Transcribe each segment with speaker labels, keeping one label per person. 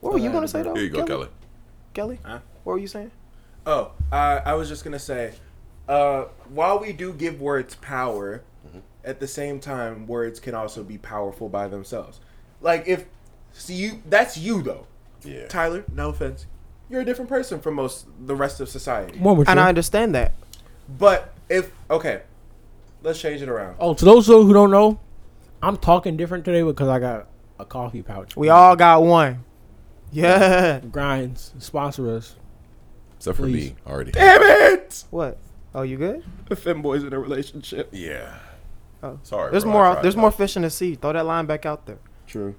Speaker 1: What were you gonna say though?
Speaker 2: Here you go, Kelly.
Speaker 1: Kelly,
Speaker 3: Huh?
Speaker 1: what were you saying?
Speaker 3: Oh, I, I was just gonna say, uh, while we do give words power, at the same time, words can also be powerful by themselves. Like if, see you, that's you though,
Speaker 2: Yeah.
Speaker 3: Tyler. No offense, you're a different person from most the rest of society.
Speaker 4: One with
Speaker 1: And
Speaker 4: you.
Speaker 1: I understand that.
Speaker 3: But if okay, let's change it around.
Speaker 4: oh, to those who don't know, I'm talking different today because I got a coffee pouch.
Speaker 1: We all got one. Yeah.
Speaker 4: grinds sponsor us.
Speaker 2: Except for
Speaker 4: Please.
Speaker 2: me already.
Speaker 3: Damn it!
Speaker 1: What? Oh, you good?
Speaker 3: Femboys in a relationship.
Speaker 2: Yeah.
Speaker 1: Oh.
Speaker 2: Sorry.
Speaker 1: There's
Speaker 2: bro, I
Speaker 1: more.
Speaker 2: tried
Speaker 1: There's
Speaker 2: that.
Speaker 1: more fish in the sea. Throw that line back out there.
Speaker 3: True.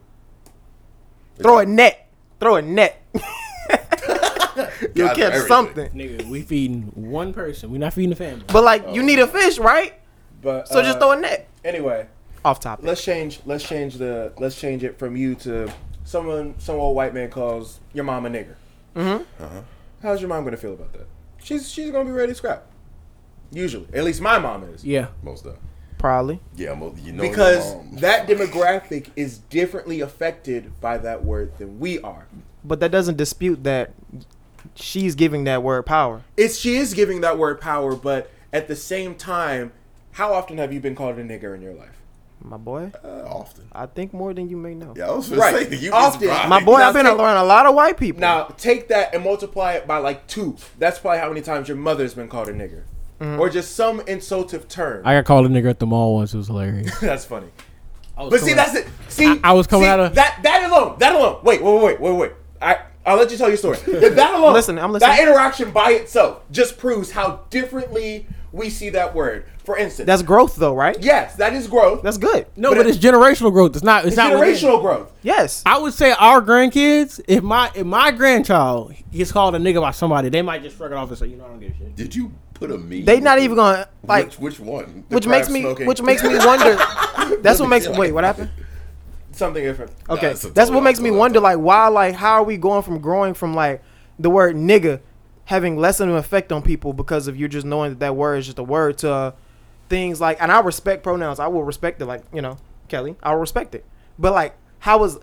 Speaker 1: Throw a net. Throw a net. You'll
Speaker 2: Got
Speaker 1: catch
Speaker 2: everything.
Speaker 1: something.
Speaker 4: Nigga, we feeding one person. We not feeding the family.
Speaker 1: But like, you need a fish, right?
Speaker 3: But
Speaker 1: So just
Speaker 3: uh,
Speaker 1: throw a net.
Speaker 3: Anyway,
Speaker 1: Off topic.
Speaker 3: let's change let's change the let's change it from you to someone some old white man calls your mom a nigger. Mm-hmm. How's your mom gonna feel about that? She's she's gonna be ready to scrap. Usually, at least my mom is.
Speaker 4: Yeah.
Speaker 2: Most of.
Speaker 1: Probably.
Speaker 2: Yeah, mo- you know your
Speaker 3: Because
Speaker 2: mom.
Speaker 3: that demographic is differently affected by that word than we are.
Speaker 1: But that doesn't dispute that she's giving that word power.
Speaker 3: It's she is giving that word power, but at the same time, how often have you been called a nigger in your life?
Speaker 1: My boy,
Speaker 2: Uh, often.
Speaker 1: I think more than you may know.
Speaker 2: Yeah, I was gonna
Speaker 3: Right.
Speaker 2: say you
Speaker 3: Often.
Speaker 2: Just
Speaker 1: My boy,
Speaker 3: Now
Speaker 1: I've been
Speaker 3: take-
Speaker 1: around a lot of white people.
Speaker 3: Now take that and multiply it by like two. That's probably how many times your mother's been called a nigger, or just some insultive term.
Speaker 4: Mm-hmm. I got called a nigger at the mall once. It was hilarious.
Speaker 3: that's funny.
Speaker 4: I was
Speaker 3: But see,
Speaker 4: coming-
Speaker 3: that's it. See,
Speaker 4: I- I was coming
Speaker 3: see,
Speaker 4: out of-
Speaker 3: that. That alone. That alone. Wait, wait, wait, wait, wait. I I'll let you tell your story. But that alone.
Speaker 1: Listen, I'm
Speaker 3: That
Speaker 1: listening.
Speaker 3: interaction by itself just proves how differently we see that word. For instance,
Speaker 1: That's growth, though, right?
Speaker 3: yes, that is growth.
Speaker 1: That's good.
Speaker 4: no,
Speaker 3: but
Speaker 4: but,
Speaker 3: it-
Speaker 4: it's generational growth. It's not. It's,
Speaker 3: It's
Speaker 4: not within.
Speaker 3: generational growth.
Speaker 1: Yes.
Speaker 4: I would say our grandkids, if my if my grandchild gets called a nigga by somebody, they might just shrug it off and say, you know, I don't give a shit.
Speaker 2: Did you put a me?
Speaker 1: They not even gonna like,
Speaker 2: which, which one? The
Speaker 1: which makes
Speaker 2: crab
Speaker 1: me,
Speaker 2: smoking?
Speaker 1: which makes me wonder. That's what makes.
Speaker 2: Yeah.
Speaker 1: Wait, what happened?
Speaker 3: Something different.
Speaker 1: Okay,
Speaker 2: it's a
Speaker 1: that's
Speaker 2: total-
Speaker 1: what makes me
Speaker 2: total-
Speaker 1: wonder, like, why, like, how are we going from growing from like the word nigga having less of an effect on people because of you just knowing that that word is just a word to uh, things like, and I respect pronouns, I will respect it, like, you know, Kelly, I'll respect it, but like, how is,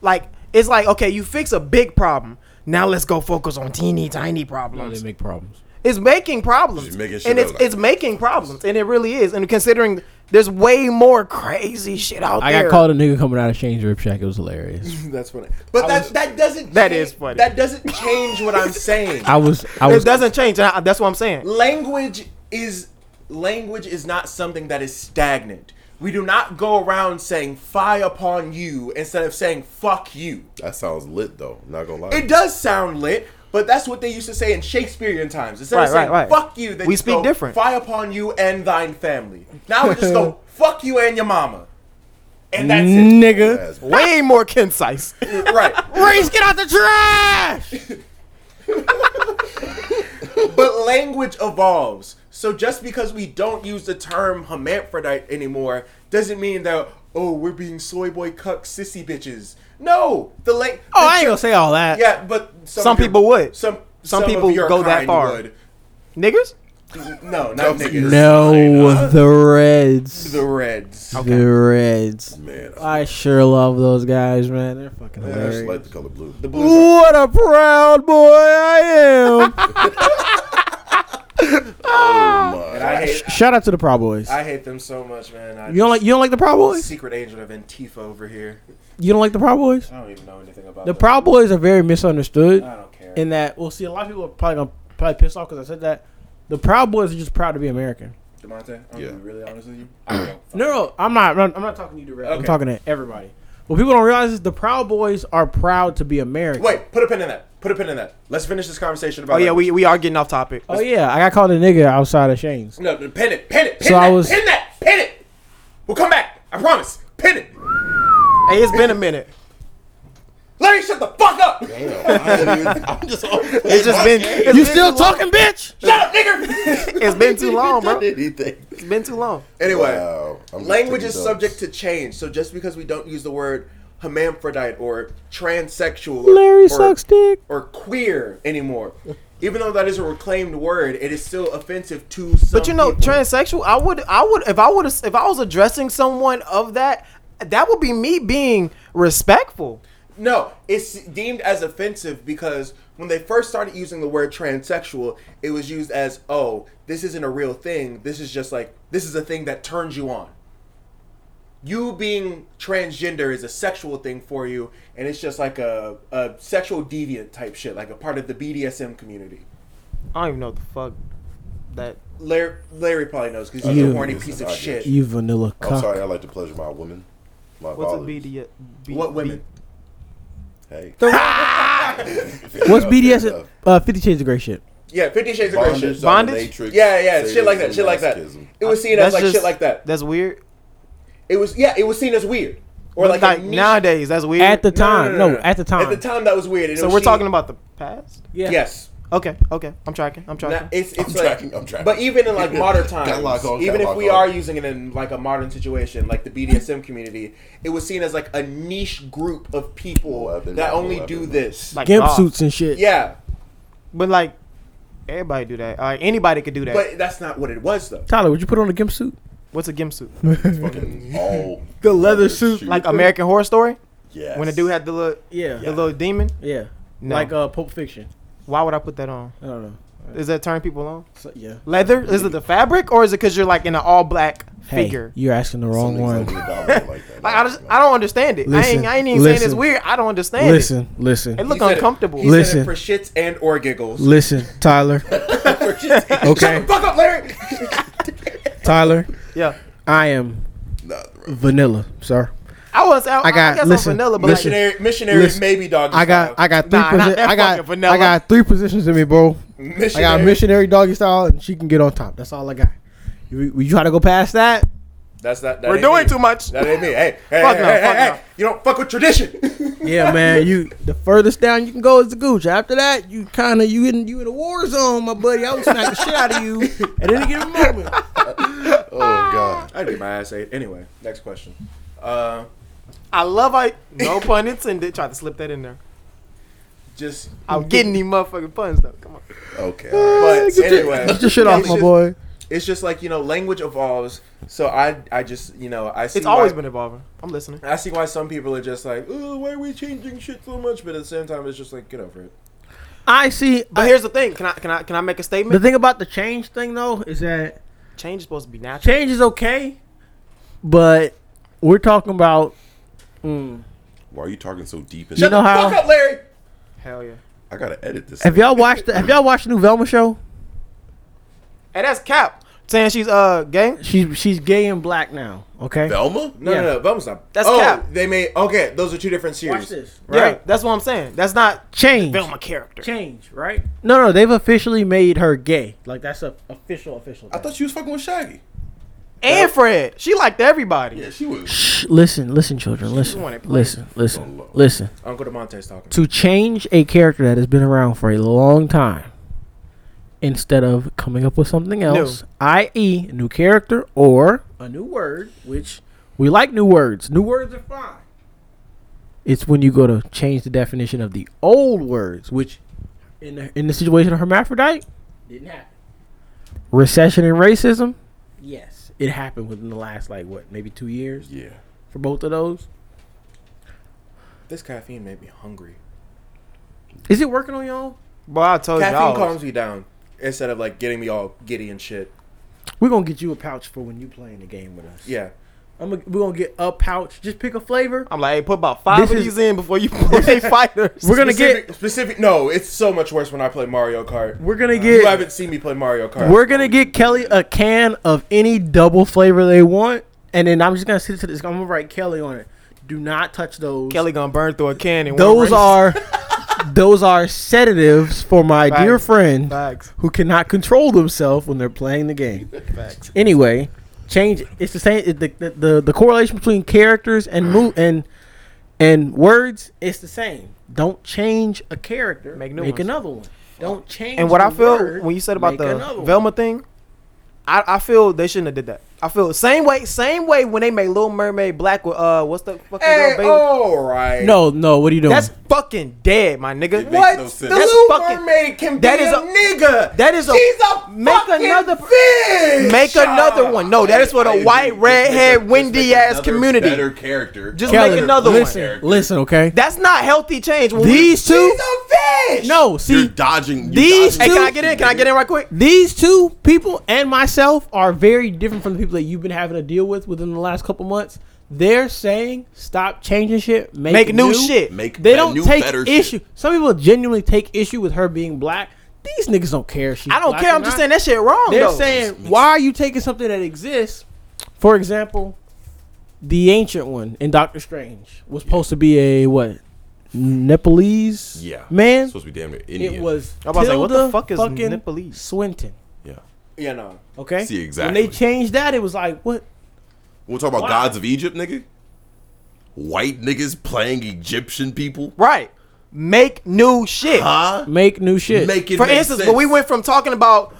Speaker 1: like, it's like, okay, you fix a big problem. Now let's go focus on teeny tiny
Speaker 4: No,
Speaker 1: problems.
Speaker 4: they make problems.
Speaker 1: It's making problems,
Speaker 2: Just making shit
Speaker 1: and it's
Speaker 2: up.
Speaker 1: it's making problems, and it really is. And considering there's way more crazy shit out
Speaker 4: I
Speaker 1: there.
Speaker 4: got called a nigga coming out of Shane's Rip Shack. It was hilarious.
Speaker 3: That's funny. But that that doesn't.
Speaker 1: That
Speaker 3: change-
Speaker 1: is funny.
Speaker 3: That doesn't change what I'm saying.
Speaker 4: I was. I was.
Speaker 1: it doesn't change. and I- that's what I'm saying.
Speaker 3: language is language is not something that is stagnant. We do not go around saying "fie upon you" instead of saying "fuck you."
Speaker 2: That sounds lit though. Not gonna lie.
Speaker 3: It does sound lit, but that's what they used to say in Shakespearean times. Instead of
Speaker 1: Right, right, right.
Speaker 3: saying "fuck you," they
Speaker 1: We
Speaker 3: just
Speaker 1: speak
Speaker 3: go,
Speaker 1: different.
Speaker 3: "Fie upon you and thine family." Now we just go "fuck you and your mama," and that's it.
Speaker 4: nigga.
Speaker 2: That's-
Speaker 1: Way more concise.
Speaker 3: right.
Speaker 4: Reese, get out the trash.
Speaker 3: But language evolves. So just because we don't use the term hermaphrodite anymore doesn't mean that oh we're being soy boy cuck sissy bitches. No, the lang.
Speaker 4: Oh, I ain't gonna say all that.
Speaker 3: Yeah, but
Speaker 1: Some
Speaker 3: of your-
Speaker 1: people would.
Speaker 3: Some
Speaker 1: Some
Speaker 3: of
Speaker 1: people
Speaker 3: your
Speaker 1: go that
Speaker 3: kind
Speaker 1: far.
Speaker 3: would.
Speaker 1: Niggers?
Speaker 3: No, not niggas.
Speaker 4: No, the Reds.
Speaker 3: The Reds.
Speaker 4: The Reds.
Speaker 2: Man, I
Speaker 4: I sure love those guys, man. They're fucking
Speaker 2: just
Speaker 4: hilarious.
Speaker 2: like the color blue.
Speaker 3: The Blues. are-
Speaker 4: What a proud boy I am.
Speaker 2: oh my.
Speaker 3: I hate.
Speaker 4: Shout out to the Proud Boys.
Speaker 3: I hate them so much, man. I
Speaker 4: You don't like you don't like the Proud Boys?
Speaker 3: Secret agent of Antifa over here.
Speaker 4: You don't like the Proud Boys?
Speaker 3: I don't even know anything about
Speaker 4: The
Speaker 3: them.
Speaker 4: Proud Boys are very misunderstood
Speaker 3: I don't care.
Speaker 4: in that well see a lot of people are probably gonna probably pissed off because I said that. The Proud Boys are just proud to be American.
Speaker 3: Demonte, I'm
Speaker 2: Yeah.
Speaker 3: gonna be really honest with you. I don't. fucking-
Speaker 4: No, no, I'm not. I'm not talking to you directly. I'm
Speaker 3: Okay.
Speaker 4: talking to everybody. What people don't realize is the Proud Boys are proud to be American.
Speaker 3: Wait, put a pin in that. Put a pin in that. Let's finish this conversation about.
Speaker 1: Oh yeah,
Speaker 3: language.
Speaker 1: we, we are getting off topic.
Speaker 4: Oh yeah, I got called a nigga outside of Shane's.
Speaker 3: No, no, pin it, pin it, pin
Speaker 4: So
Speaker 3: that,
Speaker 4: I was-
Speaker 3: pin that, pin it. We'll come back. I promise. Pin it.
Speaker 1: Hey, it's been a minute.
Speaker 3: Larry, shut the fuck up.
Speaker 2: I'm just. It's
Speaker 1: It's just been it's
Speaker 4: You
Speaker 1: been
Speaker 4: still
Speaker 1: too long.
Speaker 4: talking, bitch?
Speaker 3: Shut up, nigga.
Speaker 1: It's been too long, bro. It's
Speaker 2: anything.
Speaker 1: been too long.
Speaker 3: anyway,
Speaker 2: Wow, I'm just
Speaker 3: language
Speaker 2: taking
Speaker 3: is
Speaker 2: notes.
Speaker 3: subject to change. So just because we don't use the word hermaphrodite or transsexual, or,
Speaker 4: Larry
Speaker 3: or-
Speaker 4: sucks dick.
Speaker 3: or queer anymore, even though that is a reclaimed word, it is still offensive to some.
Speaker 1: But you know,
Speaker 3: people.
Speaker 1: transsexual, I would I would if I would if I was addressing someone of that, that would be me being respectful.
Speaker 3: No, it's deemed as offensive because when they first started using the word transsexual, it was used as, oh, this isn't a real thing. This is just like, this is a thing that turns you on. You being transgender is a sexual thing for you, and it's just like a, a sexual deviant type shit, like a part of the BDSM community.
Speaker 1: I don't even know what the fuck that.
Speaker 3: Larry, Larry probably knows because he's
Speaker 4: You-
Speaker 3: a horny piece of shit.
Speaker 4: You vanilla
Speaker 2: Oh, I'm
Speaker 4: cock.
Speaker 2: sorry. I like to pleasure my women. My
Speaker 1: What's a
Speaker 2: volleys.
Speaker 1: BD? B-
Speaker 3: What women?
Speaker 2: Hey.
Speaker 4: What's
Speaker 2: Yeah,
Speaker 4: BDS?
Speaker 2: yeah.
Speaker 4: Uh, Fifty Shades of Grey shit.
Speaker 3: Yeah, Fifty Shades of Grey
Speaker 2: Bondage,
Speaker 3: shit.
Speaker 1: Bondage?
Speaker 2: dominatrix,
Speaker 3: Yeah, yeah, shit like
Speaker 2: sadism,
Speaker 3: that, shit like that.
Speaker 2: masochism.
Speaker 3: It was seen as like shit like that.
Speaker 1: That's weird.
Speaker 3: It was yeah, it was seen as weird or
Speaker 1: But,
Speaker 3: like,
Speaker 1: like,
Speaker 3: a niche-
Speaker 1: nowadays, that's weird.
Speaker 4: At the time, no, at the time.
Speaker 3: At the time, that was weird. and it
Speaker 1: so
Speaker 3: was
Speaker 1: we're
Speaker 3: seen-
Speaker 1: talking about the past.
Speaker 4: Yeah.
Speaker 3: yes.
Speaker 1: Okay, okay, I'm tracking. I'm
Speaker 3: Now,
Speaker 1: tracking.
Speaker 3: it's it's
Speaker 2: I'm
Speaker 3: like,
Speaker 2: tracking, I'm tracking.
Speaker 3: but even in like modern times,
Speaker 2: Gotta log on,
Speaker 3: even
Speaker 2: gotta
Speaker 3: if
Speaker 2: log
Speaker 3: we
Speaker 2: on.
Speaker 3: are using it in like a modern situation, like the BDSM community, it was seen as like a niche group of people
Speaker 2: Oh, I've been
Speaker 3: that
Speaker 2: there,
Speaker 3: only
Speaker 2: oh, I've
Speaker 3: do
Speaker 2: been there.
Speaker 3: this.
Speaker 1: like
Speaker 4: Gimp
Speaker 1: nah.
Speaker 4: suits and shit.
Speaker 3: yeah,
Speaker 1: but like everybody do that. Like anybody could do that.
Speaker 3: but that's not what it was though.
Speaker 4: Tyler, would you put on a gimp suit?
Speaker 1: What's a gimp suit?
Speaker 2: Fucking all
Speaker 4: The leather suit,
Speaker 1: Like American Horror Story,
Speaker 2: Yes.
Speaker 1: when the dude had the little
Speaker 4: Yeah.
Speaker 1: the little demon.
Speaker 4: Yeah.
Speaker 1: No.
Speaker 4: Like uh, Pulp Fiction.
Speaker 1: Why would I put that on?
Speaker 4: I don't know.
Speaker 1: Is that turn people on?
Speaker 4: So, yeah.
Speaker 1: Leather? Is it the fabric, or is it because you're like in an all black figure?
Speaker 4: you're asking the wrong
Speaker 2: Some niggas don't get
Speaker 4: one.
Speaker 2: dominated like that.
Speaker 1: Like I just I don't understand it. I
Speaker 4: Listen,
Speaker 1: ain't I ain't even saying it's
Speaker 4: listen.
Speaker 1: weird. I don't understand it.
Speaker 4: Listen, listen,
Speaker 1: It look
Speaker 3: He said it-
Speaker 1: uncomfortable.
Speaker 3: he said it
Speaker 4: Listen.
Speaker 3: for shits and or giggles.
Speaker 4: listen, Tyler. okay,
Speaker 3: Fuck up, Larry.
Speaker 4: Tyler.
Speaker 1: yeah.
Speaker 4: I am
Speaker 2: Nah, bro.
Speaker 4: vanilla, sir.
Speaker 1: I was I, I
Speaker 4: got-
Speaker 1: guess
Speaker 4: listen,
Speaker 1: I'm vanilla, but
Speaker 4: listen.
Speaker 1: like,
Speaker 3: missionary, missionary,
Speaker 4: Listen,
Speaker 3: maybe dog.
Speaker 4: I got, I got three,
Speaker 1: Nah, not
Speaker 4: posi-
Speaker 1: that
Speaker 4: I got,
Speaker 1: fucking vanilla.
Speaker 4: I got three positions in me, bro. I got missionary doggy style, and she can get on top. That's all I got. You, you try to go past that?
Speaker 3: That's not. That
Speaker 1: we're
Speaker 3: ain't
Speaker 1: doing
Speaker 3: me.
Speaker 1: too much.
Speaker 3: That ain't me. Hey, hey,
Speaker 1: Fuck
Speaker 3: hey,
Speaker 1: no,
Speaker 3: hey,
Speaker 1: fuck
Speaker 3: hey,
Speaker 1: no.
Speaker 3: hey. you don't fuck with tradition.
Speaker 4: Yeah, man. You the furthest down you can go is the gooch. After that, you kind of you in you in a war zone, my buddy. I will smack the shit out of you at any given moment.
Speaker 2: Oh god.
Speaker 3: I'd be my ass ate. Anyway, next question. Uh,
Speaker 1: I love I no pun intended. Tried to slip that in there.
Speaker 3: just
Speaker 1: I'm getting these motherfucking puns though. Come on.
Speaker 2: Okay. all right.
Speaker 3: but anyway,
Speaker 4: Get your shit off,
Speaker 3: it's
Speaker 4: my
Speaker 3: just-
Speaker 4: boy.
Speaker 3: It's just like you know, language evolves. So I, I just you know, I see.
Speaker 1: It's always
Speaker 3: why-
Speaker 1: been evolving. I'm listening.
Speaker 3: I see why some people are just like, "Ooh, why are we changing shit so much?" But at the same time, it's just like, get over it.
Speaker 4: I see.
Speaker 1: But here's the thing. Can I can I can I make a
Speaker 4: The
Speaker 1: statement?
Speaker 4: thing about the change thing though is that
Speaker 1: Change is supposed to be natural.
Speaker 4: change is okay, but we're talking about. Mm,
Speaker 2: Why are you talking so deep? And
Speaker 4: You know how-
Speaker 3: Fuck up, Larry.
Speaker 1: Hell yeah.
Speaker 2: I gotta edit this.
Speaker 4: have
Speaker 2: thing.
Speaker 4: y'all watched? The, have y'all watched the new Velma show?
Speaker 1: And that's Cap saying she's uh gay.
Speaker 4: She's she's gay and black now. Okay.
Speaker 2: Velma?
Speaker 3: No,
Speaker 4: Yeah.
Speaker 3: no, no, Bum's not.
Speaker 1: That's
Speaker 3: oh,
Speaker 1: cap.
Speaker 3: They made okay. Those are two different series.
Speaker 4: Watch this.
Speaker 1: Yeah, that's what I'm saying. That's not
Speaker 4: Change.
Speaker 1: Velma character.
Speaker 4: Change. Right. No, no. They've officially made her gay. Like that's a official official.
Speaker 2: I
Speaker 4: thing.
Speaker 2: thought she was fucking with Shaggy.
Speaker 1: And Fred, she liked everybody.
Speaker 2: Yeah, she was.
Speaker 4: Shh, listen, listen, children, listen,
Speaker 1: wanted play.
Speaker 4: listen,
Speaker 2: Oh,
Speaker 4: listen,
Speaker 2: Lord.
Speaker 4: listen.
Speaker 3: Uncle Demonte's talking.
Speaker 4: To change a character that has been around for a long time, instead of coming up with something else, i.e., a new character or a new word, which we like new words. New words are fine. It's when you go to change the definition of the old words, which in the, in the situation of hermaphrodite didn't happen. Recession and racism, yes, it happened within the last like what, maybe two years
Speaker 2: Yeah.
Speaker 4: for both of those.
Speaker 3: This caffeine made me hungry.
Speaker 4: Is it working on y'all?
Speaker 1: Boy, I told y'all.
Speaker 3: Caffeine calms me down instead of like getting me all giddy and shit.
Speaker 4: We're gonna get you a pouch for when you playing the game with us.
Speaker 3: Yeah.
Speaker 4: I'm gonna, we're gonna get a pouch. Just pick a flavor.
Speaker 1: I'm like, hey, put about five
Speaker 4: This
Speaker 1: of
Speaker 4: is-
Speaker 1: these in before you play fighters.
Speaker 4: We're gonna
Speaker 3: specific,
Speaker 4: get.
Speaker 3: specific. No, it's so much worse when I play Mario Kart.
Speaker 4: We're gonna
Speaker 3: you
Speaker 4: get.
Speaker 3: haven't seen me play Mario Kart.
Speaker 4: We're gonna get Kelly a can of any double flavor they want, and then I'm just gonna sit to this. I'm gonna write Kelly on it. Do not touch those.
Speaker 1: Kelly gonna burn through a can. in one
Speaker 4: Those
Speaker 1: race.
Speaker 4: are. those are sedatives for my dear
Speaker 1: Facts.
Speaker 4: friend
Speaker 1: facts.
Speaker 4: who cannot control themselves when they're playing the game.
Speaker 1: Facts.
Speaker 4: anyway, change. It's the same. It, the, the, the the correlation between characters and mo- and and words it's the same. Don't change a character.
Speaker 1: Make new ones.
Speaker 4: another one. Don't change.
Speaker 1: And what
Speaker 4: the
Speaker 1: I feel
Speaker 4: word,
Speaker 1: when you said about
Speaker 4: make
Speaker 1: the
Speaker 4: another one.
Speaker 1: Velma thing, I, I feel they shouldn't have did that. I feel the same way. Same way when they made Little Mermaid black with uh, what's the fucking
Speaker 3: Hey,
Speaker 1: girl, baby?
Speaker 4: oh.
Speaker 3: all right.
Speaker 4: No, no. What are you doing?
Speaker 1: That's fucking dead, my nigga.
Speaker 2: It Makes
Speaker 3: What?
Speaker 2: no sense.
Speaker 3: the
Speaker 2: That's
Speaker 3: little
Speaker 1: fucking-
Speaker 3: mermaid can
Speaker 1: that
Speaker 3: be
Speaker 1: is
Speaker 3: a,
Speaker 1: a-
Speaker 3: nigga.
Speaker 1: that is a-
Speaker 3: She's a
Speaker 1: make
Speaker 3: fucking
Speaker 1: another-
Speaker 3: bitch.
Speaker 1: Make another one. No, that is for the white, redhead, windy ass community.
Speaker 2: Better character.
Speaker 1: Just
Speaker 4: Kelly,
Speaker 1: make another one.
Speaker 4: listen, Listen, okay.
Speaker 1: That's not healthy change. When we-
Speaker 4: These two.
Speaker 3: She's a fish.
Speaker 4: No, see,
Speaker 2: You're dodging. You're
Speaker 4: These
Speaker 1: Hey,
Speaker 2: dodging
Speaker 1: can I get in? Can I get in right quick?
Speaker 4: these two people and myself are very different from the people that you've been having to deal with within the last couple months. They're saying stop changing shit, make,
Speaker 1: Make new shit.
Speaker 2: Make
Speaker 4: They
Speaker 2: that
Speaker 4: don't
Speaker 2: new,
Speaker 4: take
Speaker 2: better shit.
Speaker 4: issue. Some people genuinely take issue with her being black. These niggas don't care. if She's
Speaker 1: I don't
Speaker 4: black
Speaker 1: care.
Speaker 4: or
Speaker 1: I'm just
Speaker 4: not.
Speaker 1: saying that shit wrong.
Speaker 4: They're
Speaker 1: though.
Speaker 4: saying why are you taking something that exists? For example, the ancient one in Doctor Strange was supposed to be a what? Nepalese
Speaker 2: Yeah.
Speaker 4: man.
Speaker 2: It's supposed to be damn near Indian.
Speaker 4: It was.
Speaker 1: I'm about to say, what the
Speaker 4: Tilda
Speaker 1: fuck is
Speaker 4: fucking
Speaker 1: Nepalese?
Speaker 4: Swinton.
Speaker 2: Yeah.
Speaker 3: Yeah, no.
Speaker 4: Okay.
Speaker 2: See,
Speaker 4: When
Speaker 2: exactly.
Speaker 4: they changed that, it was like, what?
Speaker 2: We'll talk about
Speaker 4: Why?
Speaker 2: gods of Egypt, nigga. White niggas playing Egyptian people.
Speaker 1: right. Make new shit.
Speaker 2: Huh?
Speaker 4: Make new shit.
Speaker 2: Make it
Speaker 1: For
Speaker 2: make
Speaker 1: instance,
Speaker 2: sense.
Speaker 1: when we went from talking about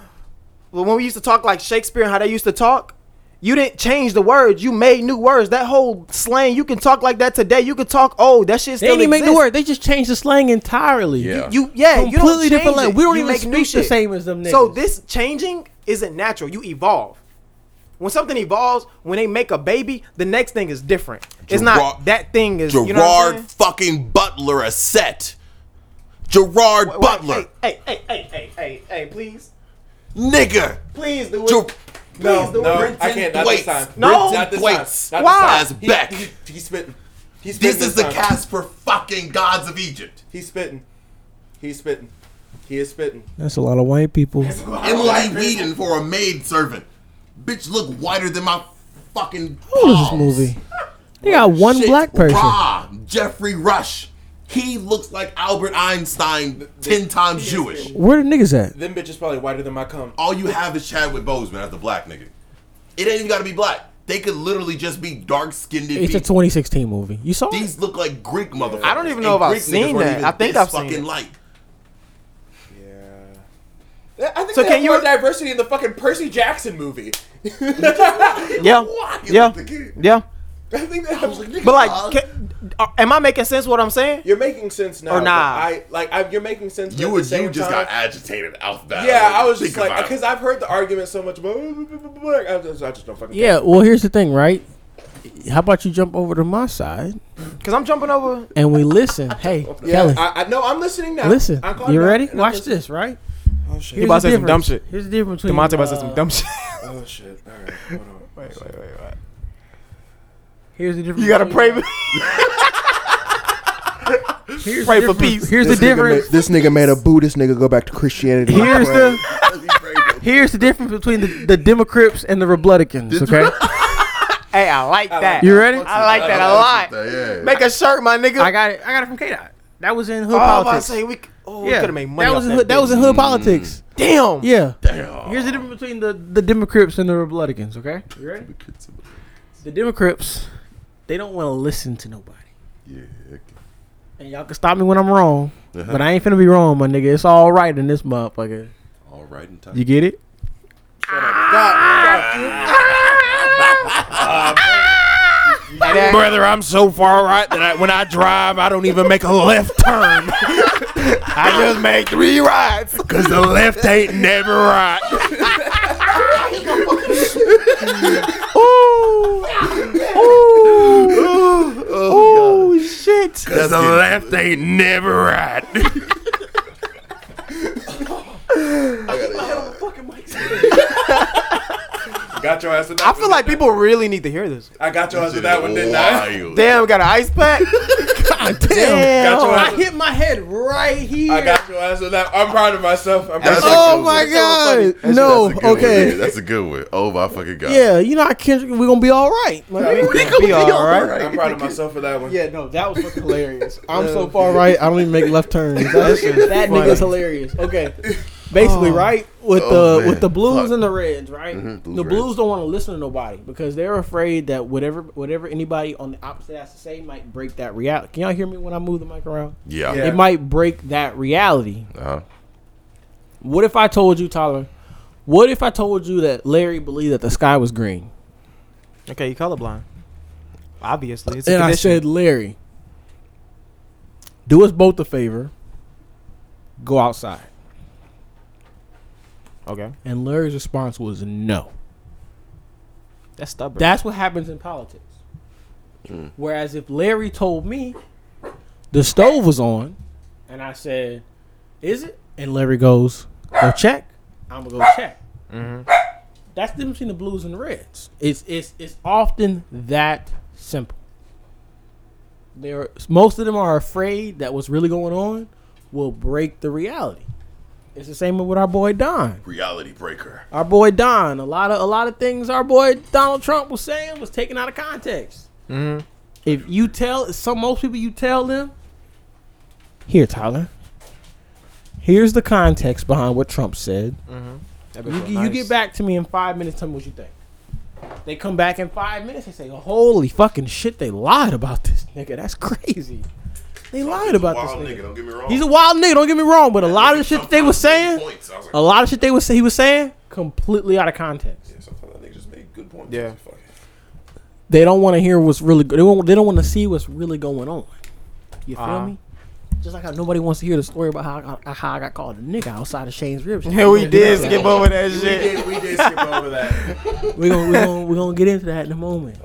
Speaker 1: well, when we used to talk like Shakespeare and how they used to talk, you didn't change the words. You made new words. That whole slang, you can talk like that today. You could talk. Oh, that shit
Speaker 4: they
Speaker 1: still
Speaker 4: didn't even make the
Speaker 1: exists.
Speaker 4: word. They just changed the slang entirely.
Speaker 2: Yeah.
Speaker 1: You yeah, you don't
Speaker 4: Completely
Speaker 1: change
Speaker 4: different lang-
Speaker 1: it.
Speaker 4: we don't
Speaker 1: You
Speaker 4: even
Speaker 1: make new
Speaker 4: speak the
Speaker 1: shit.
Speaker 4: same as them
Speaker 1: So
Speaker 4: niggas.
Speaker 1: this changing isn't natural. You evolve. When something evolves, when they make a baby, the next thing is different. it's
Speaker 2: Gerard-
Speaker 1: not that thing is
Speaker 2: Gerard
Speaker 1: you know what I'm saying?
Speaker 2: fucking Butler a set. Gerard
Speaker 1: Wait, wait,
Speaker 2: Butler,
Speaker 1: Hey, hey, hey, hey, hey, hey, hey, please.
Speaker 2: nigga.
Speaker 1: Please do it.
Speaker 2: Ger-
Speaker 3: No,
Speaker 1: do
Speaker 3: no,
Speaker 1: it.
Speaker 3: I can't. Not
Speaker 2: Thwaites.
Speaker 3: this time.
Speaker 1: No,
Speaker 3: not this
Speaker 2: Thwaites.
Speaker 3: time. Not
Speaker 1: Why?
Speaker 3: This time.
Speaker 2: As Beck.
Speaker 3: He, he, he spitting. He's spitting
Speaker 2: this is the
Speaker 3: time.
Speaker 2: cast for fucking gods of Egypt.
Speaker 3: He's spitting. He's spitting. He is spitting.
Speaker 4: That's a lot of white people.
Speaker 2: Emily Whedon for a maid servant. Bitch, look whiter than my fucking.
Speaker 4: What was this
Speaker 2: palms.
Speaker 4: movie? They got one
Speaker 2: Shit,
Speaker 4: black person.
Speaker 2: Rah, Jeffrey Rush. He looks like Albert Einstein, ten times Jewish.
Speaker 4: Where the niggas at?
Speaker 3: Them bitches probably whiter than my cum.
Speaker 2: All you have is Chadwick Boseman as the black nigga. It ain't even got to be black. They could literally just be dark skinned
Speaker 4: It's a
Speaker 2: people.
Speaker 4: 2016 movie. You saw it?
Speaker 2: These look like Greek motherfuckers.
Speaker 1: I don't even
Speaker 2: and
Speaker 1: know if I've
Speaker 2: Greek niggas
Speaker 1: seen
Speaker 2: weren't
Speaker 1: that.
Speaker 2: even
Speaker 1: I think
Speaker 2: this
Speaker 1: I've seen
Speaker 2: fucking
Speaker 1: it.
Speaker 2: light.
Speaker 3: Yeah. I think
Speaker 1: So
Speaker 3: so
Speaker 1: can
Speaker 3: can
Speaker 1: you-
Speaker 3: more diversity in the fucking Percy Jackson movie.
Speaker 1: Yeah.
Speaker 2: Why?
Speaker 1: Yeah. Yeah.
Speaker 3: I think that was like,
Speaker 1: But like can, uh, am I making sense what I'm saying?
Speaker 3: You're making sense now.
Speaker 1: Or
Speaker 3: but
Speaker 1: nah.
Speaker 3: I like I, you're making sense. but
Speaker 2: You
Speaker 3: at
Speaker 2: were,
Speaker 3: the same
Speaker 2: you just
Speaker 3: time-
Speaker 2: got agitated out that.
Speaker 3: Yeah, I was just
Speaker 2: Think
Speaker 3: like
Speaker 2: about
Speaker 3: because
Speaker 2: it.
Speaker 3: I've heard the argument so much about. I just, I just don't fucking.
Speaker 4: Yeah. Well, here's the thing, right? How about you jump over to my side
Speaker 1: Cuz I'm jumping over
Speaker 4: and we listen? Hey,
Speaker 3: Yeah,
Speaker 4: Kelly,
Speaker 3: I, I know. I'm listening now.
Speaker 4: listen.
Speaker 3: I called
Speaker 4: You
Speaker 3: it out,
Speaker 4: ready?
Speaker 3: and I'm
Speaker 4: Watch
Speaker 3: listening.
Speaker 4: this, right?
Speaker 3: Oh shit!
Speaker 4: Here's
Speaker 1: about to
Speaker 4: the
Speaker 1: say some dumb
Speaker 4: difference.
Speaker 1: shit.
Speaker 4: Here's the difference between
Speaker 1: Demonte about to
Speaker 4: uh,
Speaker 1: say some dumb shit.
Speaker 3: Oh shit! All right, hold on.
Speaker 1: wait, wait, wait, wait.
Speaker 4: Here's the difference.
Speaker 1: You got to
Speaker 4: between-
Speaker 1: pray
Speaker 4: Here's
Speaker 1: pray
Speaker 4: the
Speaker 1: for
Speaker 4: difference-
Speaker 1: peace.
Speaker 4: Here's the difference.
Speaker 3: this nigga made a Buddhist nigga go back to Christianity.
Speaker 4: Here's the here's the difference between the, the Democrats and the Republicans. Okay,
Speaker 1: Hey, I like that.
Speaker 4: you ready?
Speaker 1: I like that a lot.
Speaker 2: Yeah.
Speaker 1: Make a shirt, my nigga.
Speaker 4: I got it. I got it from K Dot. That was in hood
Speaker 1: oh, I was about to
Speaker 4: politics.
Speaker 1: say we. c- Oh, we
Speaker 4: yeah,
Speaker 1: could have made money.
Speaker 4: That
Speaker 1: off Mm.
Speaker 4: was in hood, that was in hood politics.
Speaker 1: Damn.
Speaker 4: Yeah.
Speaker 2: Damn.
Speaker 4: Here's the difference between the the Democrats and the Republicans. Okay, you ready? The Democrats, they don't want to listen to nobody.
Speaker 2: Yeah.
Speaker 4: And y'all can stop me when I'm wrong, but I ain't finna be wrong, my nigga. It's all right in this motherfucker.
Speaker 2: All right in time.
Speaker 4: You get it?
Speaker 5: Brother, I'm so far right that I, when I drive, I don't even make a left turn. I just make three rides. Because the left ain't never right.
Speaker 1: Oh shit.
Speaker 5: Because the left ain't never right.
Speaker 3: Got your ass with that.
Speaker 1: I feel like people really need to hear this.
Speaker 3: I got your ass with that one, didn't I?
Speaker 1: Damn, got an ice pack.
Speaker 4: God damn!
Speaker 3: Got your ass
Speaker 4: I hit my head right here.
Speaker 3: I got your ass with that. I'm proud of myself. I'm proud
Speaker 2: That's
Speaker 3: of
Speaker 2: a
Speaker 3: myself.
Speaker 4: oh my god! no, okay.
Speaker 2: That's a good one. Oh my fucking god.
Speaker 4: Yeah, you know, I can't. We're gonna be all right. Like, we gonna
Speaker 1: be all right.
Speaker 3: I'm proud of myself for that one.
Speaker 4: Yeah, no, that was fucking hilarious. I'm so far right, I don't even make left turns. That, that
Speaker 1: funny.
Speaker 4: nigga's hilarious. Okay, basically, right with
Speaker 2: Oh,
Speaker 4: the
Speaker 2: man.
Speaker 4: with the blues
Speaker 2: Fuck. Mm-hmm.
Speaker 4: and the reds,
Speaker 2: blues,
Speaker 4: right? the
Speaker 2: reds.
Speaker 4: blues don't want to listen to nobody because they're afraid that whatever whatever anybody on the opposite has to say might break that reality. Can y'all hear me when I move the mic around?
Speaker 2: Yeah.
Speaker 3: Yeah.
Speaker 4: It might break that reality.
Speaker 2: Uh-huh.
Speaker 4: What if I told you, Tyler? What if I told you that Larry believed that the sky was green?
Speaker 1: Okay, you colorblind. Obviously, it's a
Speaker 4: and I
Speaker 1: condition.
Speaker 4: said, Larry, do us both a favor. Go outside.
Speaker 1: okay,
Speaker 4: And Larry's response was no.
Speaker 1: that's stubborn.
Speaker 4: That's what happens in politics. Whereas if Larry told me the stove was on, and I said, "Is it?" and Larry goes, "Go check," I'm gonna go check. That's the difference between the blues and the reds. It's it's it's often that simple. There, most of them are afraid that what's really going on will break the reality. It's the same with our boy Don
Speaker 2: Reality breaker.
Speaker 4: our boy Don. A lot of a lot of things our boy Donald Trump was saying was taken out of context. If you tell some most people, you tell them, here, Tyler. Here's the context behind what Trump said.
Speaker 1: That'd
Speaker 4: You,
Speaker 1: be so
Speaker 4: you
Speaker 1: nice.
Speaker 4: get back to me in five minutes. Tell me what you think. They come back in five minutes. They say, "Holy fucking shit! They lied about this nigga. That's crazy. They lied about this
Speaker 2: Wild
Speaker 4: nigga.
Speaker 2: Don't get me wrong.
Speaker 4: He's a wild nigga. Don't get me wrong, but a lot of the shit that they were
Speaker 2: Sometimes he made
Speaker 4: saying,
Speaker 2: points. I was like,
Speaker 4: a lot of shit they was he was saying completely out of context.
Speaker 2: yeah, sometimes that nigga just made good points.
Speaker 1: Yeah.
Speaker 2: Fuck it.
Speaker 4: They don't want to hear what's really good. They don't, they don't want to see what's really going on. You feel
Speaker 1: Uh-huh.
Speaker 4: me? Just like how nobody wants to hear the story about how I got, how I got called a nigga outside of Shane's ribs.
Speaker 1: Yeah, we did skip over that
Speaker 3: We
Speaker 1: shit.
Speaker 3: did, we did skip over that.
Speaker 4: We're gonna, we're gonna, we're gonna get into that in a moment.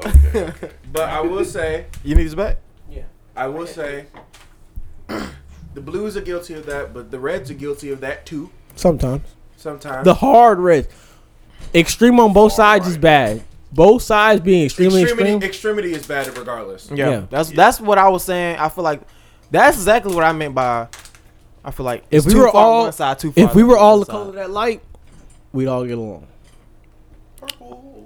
Speaker 3: But I will say,
Speaker 1: You need his back.
Speaker 4: Yeah.
Speaker 3: I will say, the Blues are guilty of that, but the Reds are guilty of that too.
Speaker 4: Sometimes
Speaker 3: Sometimes
Speaker 4: the hard reds, extreme on both sides is bad. Both sides being extremely
Speaker 3: extremity,
Speaker 4: extreme.
Speaker 3: extremity is bad regardless.
Speaker 1: Yeah,
Speaker 4: Yeah.
Speaker 1: that's that's what I was saying. I feel like that's exactly what I meant by. I feel like
Speaker 4: If
Speaker 1: it's
Speaker 4: we
Speaker 1: too
Speaker 4: were
Speaker 1: far
Speaker 4: all-
Speaker 1: one side, too far
Speaker 4: if we were
Speaker 1: the
Speaker 4: all the
Speaker 1: other side.
Speaker 4: color of that light, we'd all get along.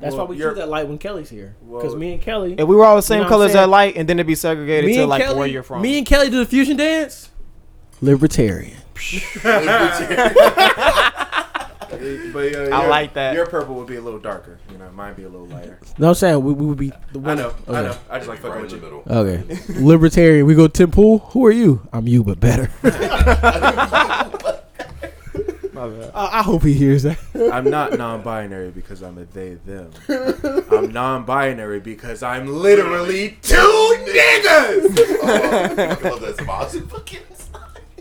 Speaker 4: That's
Speaker 3: Well,
Speaker 4: why we
Speaker 3: you're-
Speaker 4: choose that light when Kelly's here. Because
Speaker 3: Well-
Speaker 4: me and Kelly,
Speaker 1: if we were all the same
Speaker 4: You know what I'm
Speaker 1: colors that
Speaker 4: saying?
Speaker 1: light, and then it'd be segregated to like where you're from.
Speaker 4: Me and Kelly do the fusion dance. Libertarian.
Speaker 3: It- But uh,
Speaker 1: I
Speaker 3: your-
Speaker 1: like that.
Speaker 3: Your purple would be a little darker. You know, mine be a little lighter.
Speaker 4: No, I'm saying we, we would be the
Speaker 3: I
Speaker 4: one.
Speaker 3: know.
Speaker 4: Okay.
Speaker 3: I know. I just like
Speaker 2: Right
Speaker 3: fucking
Speaker 2: in
Speaker 3: with
Speaker 2: the
Speaker 3: you.
Speaker 2: middle.
Speaker 4: Okay. Libertarian. We go Tim Pool. Who are you? I'm you, but better.
Speaker 1: My bad.
Speaker 4: I, I hope he hears that.
Speaker 3: I'm not non-binary because I'm a they them. I'm non-binary because I'm literally two niggas.
Speaker 2: Oh, I love that smile. It's fucking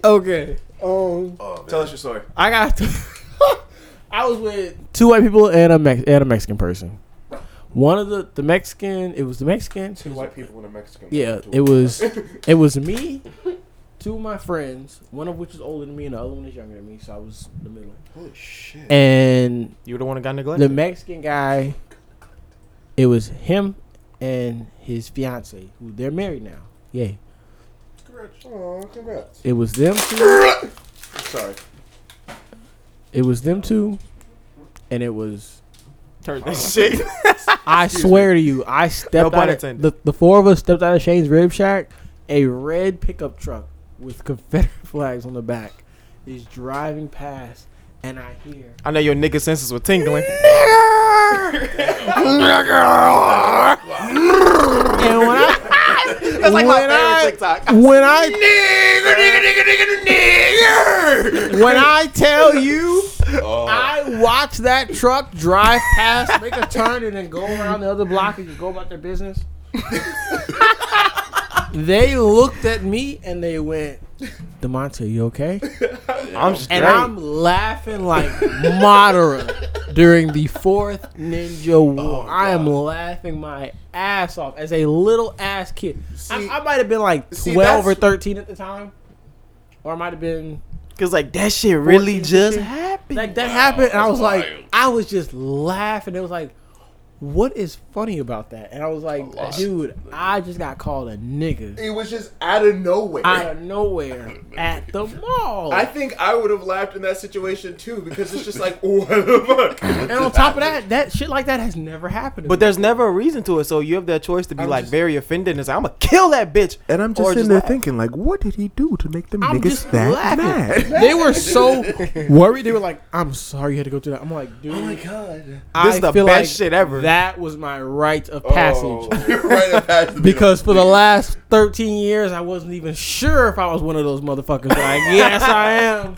Speaker 4: okay. Um,
Speaker 2: Oh, man.
Speaker 3: Tell us your story.
Speaker 4: I got. I was with two white people and a Mex- and a Mexican person. One of the the Mexican. It was the Mexican.
Speaker 3: Two white people in a Mexican.
Speaker 4: Yeah, it was it was me, two of my friends, one of which is older than me and the other one is younger than me, so I was in the middle.
Speaker 3: Holy shit.
Speaker 4: And
Speaker 1: you were the one that got
Speaker 4: the
Speaker 1: neglected.
Speaker 4: Mexican guy, it was him and his fiance, who they're married now. Yay.
Speaker 3: Oh, congrats.
Speaker 4: It was them two.
Speaker 3: Sorry.
Speaker 4: It was them two. And it was
Speaker 1: Turn that shit.
Speaker 4: I swear to you, I stepped
Speaker 1: pun
Speaker 4: out of,
Speaker 1: intended.
Speaker 4: the, the four of us stepped out of Shane's rib shack. A red pickup truck with Confederate flags on the back is driving past, and I hear
Speaker 1: I know your nigga senses were tingling.
Speaker 4: And when I
Speaker 1: That's like my
Speaker 4: When
Speaker 1: favorite
Speaker 4: I-
Speaker 1: TikTok.
Speaker 4: when I when I tell you
Speaker 1: Oh.
Speaker 4: I watch that truck drive past, make a turn, and then go around the other block and go about their business. they looked at me and they went, "Demonte, you okay?"
Speaker 1: I'm straight.
Speaker 4: And I'm laughing like Madara during the fourth Ninja
Speaker 3: Oh,
Speaker 4: War. I am laughing my ass off as a little ass kid.
Speaker 3: See-
Speaker 4: I, I might have been like
Speaker 3: see,
Speaker 4: 12 or
Speaker 3: that's-
Speaker 4: 13 at the time. Or I might have been
Speaker 1: Cause like that shit really
Speaker 4: 14,
Speaker 1: just
Speaker 4: 15.
Speaker 1: happened.
Speaker 4: like that happened, and I was
Speaker 2: wild.
Speaker 4: like, I was just laughing. It was like, what is funny about that? And I was like, dude, I just got called a nigga
Speaker 3: It was just out of nowhere.
Speaker 4: out of nowhere at the mall.
Speaker 3: I think I would have laughed in that situation too because it's just like, what the fuck? Oh
Speaker 4: and on top of that, that shit like that has never happened. to
Speaker 1: But
Speaker 4: me.
Speaker 1: there's never a reason to it, so you have that choice to be
Speaker 3: I'm
Speaker 1: like
Speaker 3: just-
Speaker 1: very offended and say, "I'm gonna kill that bitch," or laugh.
Speaker 5: like, what did he do to make them
Speaker 4: I'm just laughing. They were so worried. They were like, "I'm sorry you had to go through that." I'm like, "Dude,
Speaker 3: God.
Speaker 4: I
Speaker 1: Oh This is the
Speaker 4: feel
Speaker 1: best
Speaker 4: like
Speaker 1: shit ever. Oh.
Speaker 4: That was my rite of passage."
Speaker 2: right past the
Speaker 4: Because for the last 13 years, I wasn't even sure if I was one of those motherfuckers. Like, yes, I am.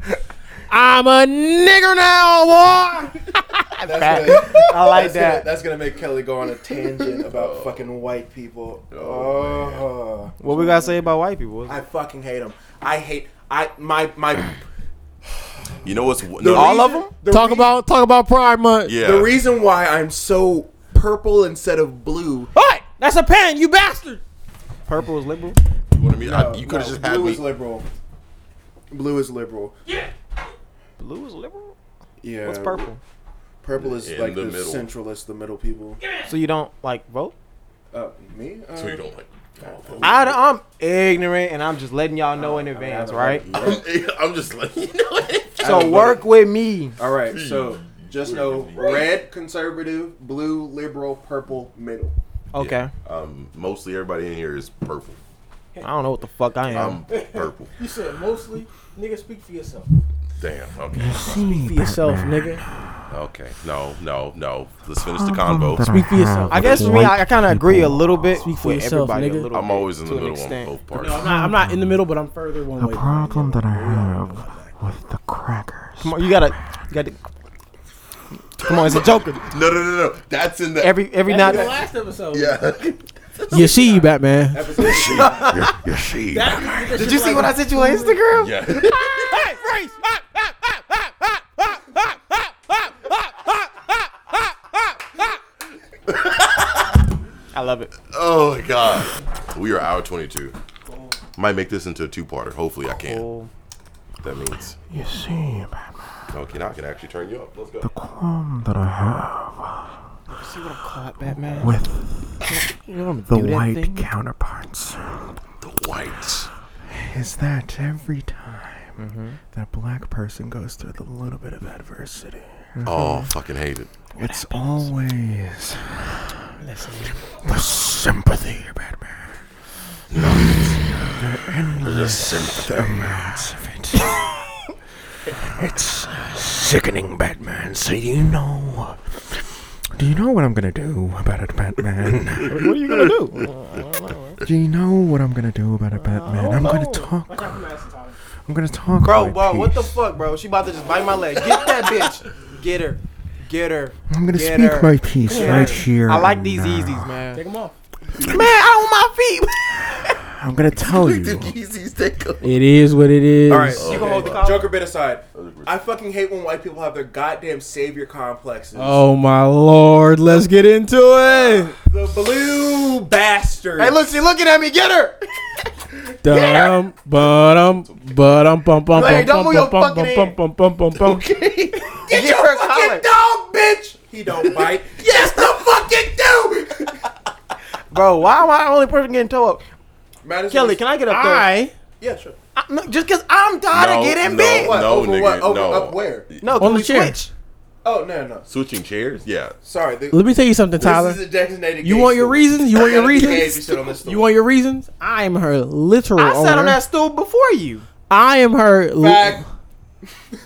Speaker 4: I'm a nigger now, boy.
Speaker 3: That's gonna,
Speaker 1: I like
Speaker 3: that's gonna-
Speaker 1: that. Oh.
Speaker 3: that's gonna make Kelly go on a tangent about fucking white people. Oh,
Speaker 1: What we gotta say about white people?
Speaker 3: I fucking hate them. I hate. I my my.
Speaker 2: You know what's no,
Speaker 1: All of them?
Speaker 3: The
Speaker 5: Talk
Speaker 3: rea-
Speaker 5: about talk about Pride Month.
Speaker 2: Yeah.
Speaker 3: the reason why I'm so purple instead of blue.
Speaker 4: What? That's a pen, you bastard.
Speaker 1: Purple is liberal.
Speaker 2: You, know what I mean? I- you could have
Speaker 3: No,
Speaker 2: just had
Speaker 3: blue
Speaker 2: me.
Speaker 3: is liberal. Blue is liberal.
Speaker 1: Blue is liberal.
Speaker 3: Yeah.
Speaker 1: What's purple?
Speaker 3: Purple is
Speaker 2: In
Speaker 3: like
Speaker 2: the
Speaker 3: the,
Speaker 2: middle.
Speaker 3: centralist, the middle people.
Speaker 1: So you don't like vote?
Speaker 3: Uh, me? Uh,
Speaker 2: so you don't like. Oh,
Speaker 1: I, am ignorant, and I'm just letting y'all know in advance, right?
Speaker 2: I'm just like you know. What?
Speaker 1: So
Speaker 3: don't
Speaker 1: work with me.
Speaker 3: All right. So
Speaker 2: Hmm.
Speaker 3: just know red conservative, blue liberal, purple middle.
Speaker 1: Okay.
Speaker 2: Um, mostly everybody in here is purple.
Speaker 1: I don't know what the fuck I am.
Speaker 2: I'm purple.
Speaker 4: You said mostly, nigga. Speak for yourself.
Speaker 2: Damn. Okay.
Speaker 4: Speak for yourself, nigga.
Speaker 2: Okay. No. No. No. Let's finish the convo.
Speaker 4: Speak for yourself.
Speaker 1: I guess for me, I, I kind of agree a little bit
Speaker 4: Speak for
Speaker 1: with
Speaker 4: yourself,
Speaker 1: everybody.
Speaker 4: nigga.
Speaker 1: A little
Speaker 2: I'm
Speaker 1: bit,
Speaker 2: always in
Speaker 1: to
Speaker 2: the
Speaker 1: an
Speaker 2: middle on
Speaker 1: extent.
Speaker 2: both parties.
Speaker 4: No, I'm not, I'm not in the middle, but I'm further one way.
Speaker 6: The problem that I have with the crackers.
Speaker 1: Come on, you gotta, you gotta. Come on, it's a Joker.
Speaker 2: No. No. No. No. That's in the.
Speaker 1: Every every
Speaker 4: That's
Speaker 1: night.
Speaker 4: the last episode.
Speaker 2: yeah.
Speaker 4: You see, you Batman.
Speaker 2: you see.
Speaker 1: Did you see what I sent you on Instagram?
Speaker 2: Yeah.
Speaker 1: I love it.
Speaker 2: Oh my god. We are hour 22. Might make this into a two-parter. Hopefully, I can.
Speaker 1: Well,
Speaker 2: That means
Speaker 6: You see, Batman,
Speaker 2: okay. Now I can actually turn you up. Let's go.
Speaker 6: problem that I have
Speaker 1: see what I'm caught, Batman.
Speaker 6: with
Speaker 1: You know what
Speaker 6: the
Speaker 1: I'm gonna do that
Speaker 6: white
Speaker 1: thing?
Speaker 6: counterparts
Speaker 2: The whites.
Speaker 6: is that every time that a black person goes through the little bit of adversity,
Speaker 1: Mm-hmm.
Speaker 2: Oh, fucking hate it.
Speaker 6: it's always the sympathy, Batman. the endless amounts of it. it's sickening, Batman. So you know. Do you know what I'm gonna do about it, Batman?
Speaker 1: What are you gonna do?
Speaker 6: do you know what I'm gonna do about it, Batman? I'm gonna talk. I'm gonna talk.
Speaker 1: Bro,
Speaker 6: my
Speaker 1: bro, what the
Speaker 6: piece.
Speaker 1: fuck, bro? She about to just bite my leg. Get that bitch. Get her. Get her.
Speaker 6: I'm gonna
Speaker 1: Get
Speaker 6: speak
Speaker 1: her.
Speaker 6: my piece
Speaker 1: Get
Speaker 6: right
Speaker 1: her.
Speaker 6: here.
Speaker 1: I like
Speaker 6: and
Speaker 1: these
Speaker 6: now.
Speaker 1: Yeezys, man.
Speaker 4: Take him off.
Speaker 1: Man, I on my feet.
Speaker 6: I'm gonna tell you.
Speaker 4: It is what it is.
Speaker 3: All right, you
Speaker 1: Okay.
Speaker 3: can hold the
Speaker 1: Call.
Speaker 3: Joker bit aside. I fucking hate when white people have their goddamn savior complexes.
Speaker 4: Oh my lord, let's get into it.
Speaker 3: The blue bastard.
Speaker 1: Hey, look, she looking at me. Get her.
Speaker 4: Dum bum bum bum bum bum
Speaker 1: Larry, don't
Speaker 4: bum
Speaker 1: move your
Speaker 4: bum bum
Speaker 1: fucking
Speaker 4: bum bum bum bum bum.
Speaker 1: Get, her a collar.
Speaker 3: dog, bitch. He don't bite. yes, the fucking do.
Speaker 1: Bro, why am I the only person getting towed up?
Speaker 3: Madison
Speaker 1: Kelly,
Speaker 3: was-
Speaker 1: can I get up there?
Speaker 4: I
Speaker 3: Yeah, sure.
Speaker 1: I- no, just because I'm tired
Speaker 2: No,
Speaker 1: of getting
Speaker 2: no.
Speaker 1: big.
Speaker 3: What?
Speaker 2: No,
Speaker 3: over
Speaker 2: nigga,
Speaker 3: what? Over
Speaker 2: no.
Speaker 3: up where?
Speaker 1: No,
Speaker 4: On
Speaker 1: can
Speaker 4: the
Speaker 1: we
Speaker 4: chair.
Speaker 1: switch?
Speaker 3: Oh no, no.
Speaker 2: Switching chairs. Yeah.
Speaker 3: Sorry. The,
Speaker 4: let me tell you something,
Speaker 3: This
Speaker 4: Tyler.
Speaker 3: is a designated.
Speaker 4: You
Speaker 3: gay
Speaker 4: want your
Speaker 3: store.
Speaker 4: reasons? You want your
Speaker 3: Gotta be gay
Speaker 4: reasons?
Speaker 3: if you sit on this
Speaker 4: You
Speaker 3: stool.
Speaker 4: want your reasons? I am her literal
Speaker 1: I sat
Speaker 4: owner.
Speaker 1: on that stool before you.
Speaker 4: I am her. li-
Speaker 3: Back.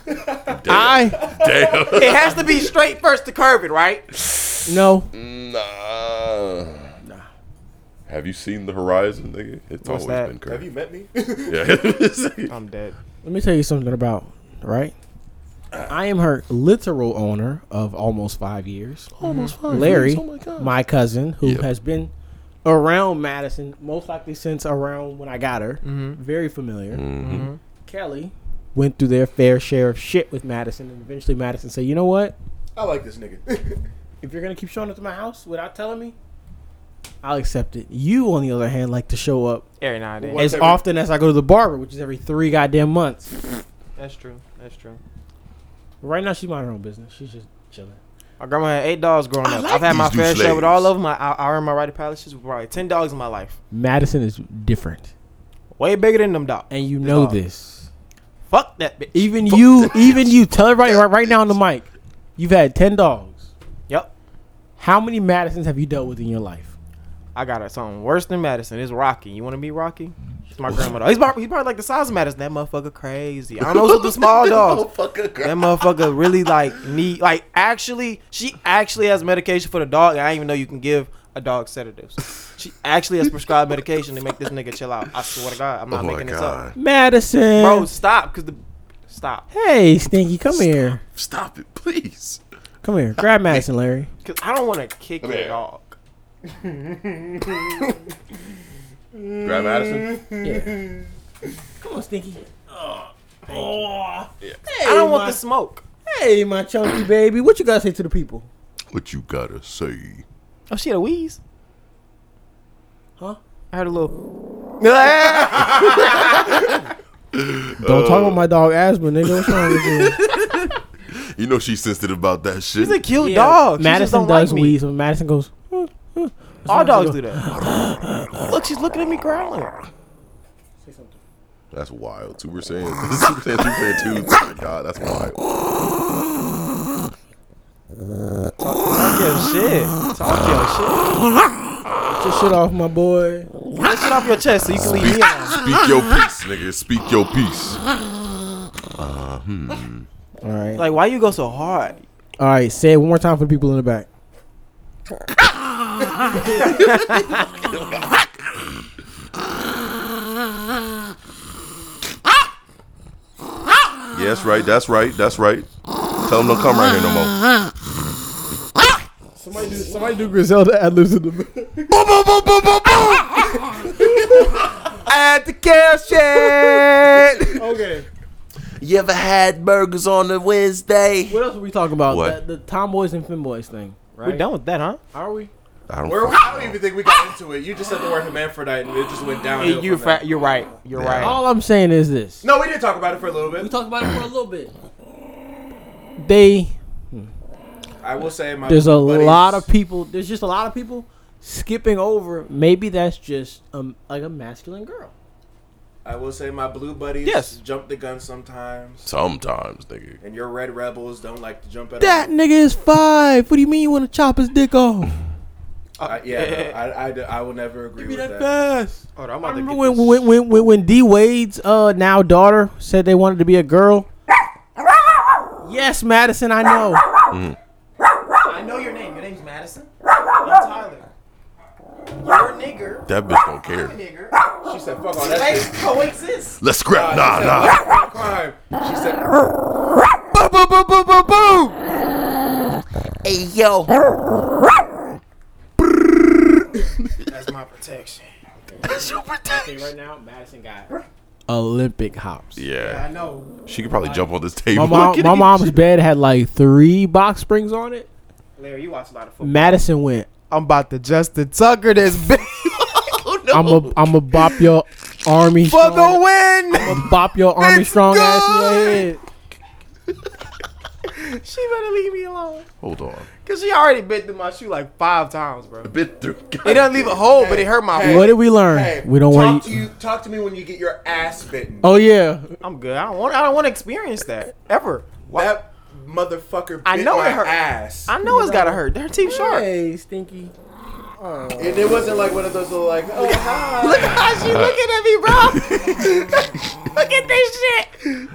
Speaker 2: Damn.
Speaker 4: I
Speaker 2: Damn.
Speaker 1: It has to be straight first to curve it, right?
Speaker 4: no.
Speaker 2: nah. Have you seen the horizon, nigga? It's
Speaker 1: What's
Speaker 2: always
Speaker 1: that?
Speaker 2: been
Speaker 3: Have you
Speaker 2: curvy.
Speaker 3: met me?
Speaker 2: Yeah.
Speaker 1: I'm dead.
Speaker 4: Let me tell you something about right. I am her literal owner of almost five years. Almost
Speaker 3: Mm-hmm.
Speaker 4: five. Larry, my, cousin, who
Speaker 2: Yep.
Speaker 4: has been around Madison most likely since around when I got her, very familiar.
Speaker 3: Mm-hmm.
Speaker 4: Mm-hmm. Kelly went through their fair share of shit with Madison, and eventually Madison said, "You know what?
Speaker 3: I like this nigga.
Speaker 4: If you're gonna keep showing up to my house without telling me, I'll accept it." You, on the other hand, like to show up
Speaker 1: Every now and then.
Speaker 3: What? Once
Speaker 4: as
Speaker 3: every-
Speaker 4: often as I go to the barber, which is every three goddamn months.
Speaker 1: That's true. That's true.
Speaker 4: Right now, she's minding her own business. She's just chilling.
Speaker 1: My grandma had eight dogs growing
Speaker 2: I
Speaker 1: up.
Speaker 2: like
Speaker 1: I've had
Speaker 2: these
Speaker 1: my
Speaker 2: new
Speaker 1: fair share with
Speaker 2: slaves.
Speaker 1: all of them. I, I I earned my right to pilot shit with probably ten dogs in my life.
Speaker 4: Madison is different,
Speaker 1: Way bigger than them dogs.
Speaker 4: and you know
Speaker 1: dog.
Speaker 4: this.
Speaker 1: Fuck that bitch.
Speaker 4: Even you, even you, tell everybody right, right now on the mic. You've had ten dogs.
Speaker 1: Yep.
Speaker 4: How many Madisons have you dealt with in your life?
Speaker 1: I got it. Something worse than Madison. It's Rocky. You want to be Rocky? It's my grandma dog. He's probably, he's probably like the size of Madison. That motherfucker crazy. I don't know the small dogs.
Speaker 2: Motherfucker.
Speaker 1: That motherfucker really like need like actually she actually has medication for the dog. I didn't even know you can give a dog sedatives. She actually has prescribed medication to make this nigga chill out. I swear to God, I'm
Speaker 2: Oh
Speaker 1: not
Speaker 2: my
Speaker 1: making this up.
Speaker 2: god.
Speaker 4: Madison,
Speaker 1: Bro, stop, cause the stop.
Speaker 4: hey Stinky, come here.
Speaker 2: Stop it, please.
Speaker 4: Come here. Grab Madison, Larry.
Speaker 1: Cause I don't want to kick
Speaker 2: Come
Speaker 1: your
Speaker 2: here.
Speaker 1: dog.
Speaker 2: Grab Madison.
Speaker 4: Yeah. Come on, Stinky. Oh.
Speaker 2: Yeah.
Speaker 4: Hey,
Speaker 1: I don't
Speaker 4: my,
Speaker 1: want the smoke.
Speaker 4: Hey, my chunky baby. What you got to say to the people?
Speaker 2: What you gotta say?
Speaker 1: Oh, she had a wheeze.
Speaker 4: Huh?
Speaker 1: I heard a little.
Speaker 4: Don't talk about my dog asthma, nigga. What's wrong with you?
Speaker 2: You know she's sensitive about that shit.
Speaker 1: She's a cute dog. She just
Speaker 4: Madison
Speaker 1: don't like
Speaker 4: does
Speaker 1: me.
Speaker 4: wheeze when Madison goes,
Speaker 1: All dogs do that. Look, she's looking at me growling.
Speaker 2: That's wild. Super Saiyan. Super Saiyan 2 Fan 2. Oh my god, that's wild.
Speaker 1: Talk your shit. Talk your shit.
Speaker 4: get your shit off my boy.
Speaker 1: Get shit off your chest so you can leave me alone.
Speaker 2: Speak your peace, nigga. Speak your peace.
Speaker 4: All right.
Speaker 1: Like, why you go so hard?
Speaker 4: All right. Say it one more time for the people in the back.
Speaker 2: Yeah, that's right. That's right. That's right. Tell them don't come right here no more.
Speaker 4: Somebody do, somebody do Griselda ad libs in the back.
Speaker 2: At the cash shit.
Speaker 3: Okay.
Speaker 2: You ever had burgers on a Wednesday?
Speaker 4: What else were we talking about?
Speaker 2: What?
Speaker 4: The, the tomboys and finboys thing, right?
Speaker 1: We're done with that, huh?
Speaker 4: Are we?
Speaker 2: I
Speaker 3: Where,
Speaker 2: don't.
Speaker 3: I don't even think we got into it. You just said the word hermaphrodite and it just went downhill.
Speaker 1: You're,
Speaker 3: from there.
Speaker 1: fa- you're right. You're
Speaker 2: Yeah.
Speaker 1: right.
Speaker 4: All I'm saying is this.
Speaker 3: No, we did talk about it for a little
Speaker 4: We
Speaker 3: bit.
Speaker 4: talked about it for a little bit. They
Speaker 3: I will say my
Speaker 4: there's a
Speaker 3: buddies-
Speaker 4: lot of people. There's just a lot of people skipping over. Maybe that's just um like a masculine girl.
Speaker 3: I will say my blue buddies
Speaker 1: Yes.
Speaker 3: jump the gun sometimes,
Speaker 2: Sometimes, nigga.
Speaker 3: and your red rebels don't like to jump at
Speaker 4: That
Speaker 3: all.
Speaker 4: nigga is five. What do you mean you want to chop his dick off?
Speaker 3: I, yeah, no, I, I, I will never agree with that.
Speaker 4: fast.
Speaker 1: Hold on, I'm about
Speaker 4: I
Speaker 1: to
Speaker 4: remember
Speaker 1: get
Speaker 4: when
Speaker 1: this
Speaker 4: when, when when when D Wade's uh now daughter said they wanted to be a girl. yes, Madison, I know.
Speaker 1: I know your name. Your name's Madison. I'm Tyler. You're a nigger.
Speaker 2: That bitch don't care.
Speaker 1: nigger.
Speaker 3: She said, "Fuck all that shit."
Speaker 1: coexist.
Speaker 2: Let's scrap. Nah,
Speaker 3: She said,
Speaker 2: nah.
Speaker 3: "Fuck all crime." She said,
Speaker 7: Hey, yo.
Speaker 1: That's my protection.
Speaker 4: Right now, Madison got Olympic hops.
Speaker 1: I
Speaker 2: Yeah.
Speaker 1: know.
Speaker 2: She could probably jump on this
Speaker 4: My
Speaker 2: table.
Speaker 4: mom, my mom's bed had like three box springs on it.
Speaker 1: Larry, you watch a lot of football.
Speaker 4: Madison went.
Speaker 1: I'm about to Justin Tucker this bitch
Speaker 4: I'm a I'm a bop your army.
Speaker 1: for
Speaker 4: strong-
Speaker 1: the win.
Speaker 4: I'ma bop your army
Speaker 1: It's
Speaker 4: strong ass in your
Speaker 1: good.
Speaker 4: head.
Speaker 1: She better leave me alone.
Speaker 2: Hold on.
Speaker 1: Cause she already bit through my shoe like five times, bro.
Speaker 2: Bit through.
Speaker 1: It doesn't leave a hole, but it hurt my.
Speaker 3: Hey.
Speaker 4: What did we learn?
Speaker 3: "Hey,
Speaker 4: we don't
Speaker 3: talk
Speaker 4: want
Speaker 3: to
Speaker 4: to.
Speaker 3: you. Talk to me when you get your ass bitten."
Speaker 4: Oh yeah,
Speaker 1: I'm good. I don't want. I don't want to experience that ever.
Speaker 4: Oh.
Speaker 3: That motherfucker bit
Speaker 1: I know
Speaker 3: my
Speaker 1: it hurt.
Speaker 3: ass,
Speaker 1: I know it's gotta hurt. Her team sharp.
Speaker 4: Hey, stinky.
Speaker 3: and it wasn't like one of those little like, "Oh hi."
Speaker 1: Look how she looking at me, bro. Look at this shit.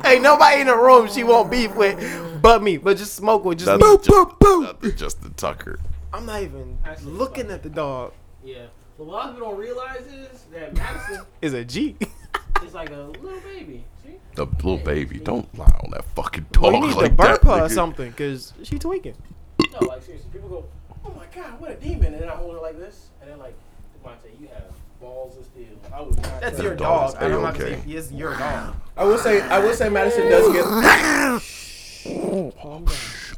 Speaker 1: Hey, nobody in the room she won't beef with, but me. But just smoke with just
Speaker 2: That's
Speaker 1: me.
Speaker 2: boop, boop, boop. Justin Tucker.
Speaker 1: I'm not even looking at the dog.
Speaker 4: Yeah. But what people don't realize is that Madison
Speaker 1: Is a G.
Speaker 4: is like a little baby. See?
Speaker 2: The little baby. Don't lie on that fucking dog
Speaker 1: Well, you need
Speaker 2: Oh, like
Speaker 1: to burp
Speaker 2: that.
Speaker 1: her or
Speaker 2: nigga.
Speaker 1: something, cause she tweaking.
Speaker 4: No, like seriously, people go, "Oh my god, what a demon!" And then I hold her like this, and they're like, "Devontae, you have balls of steel." I would not.
Speaker 1: That's
Speaker 2: That
Speaker 1: your
Speaker 2: dog
Speaker 1: dog.
Speaker 2: is
Speaker 1: I don't have to
Speaker 2: A-okay.
Speaker 1: say it's your dog.
Speaker 3: I will say, I will say, Madison does get. I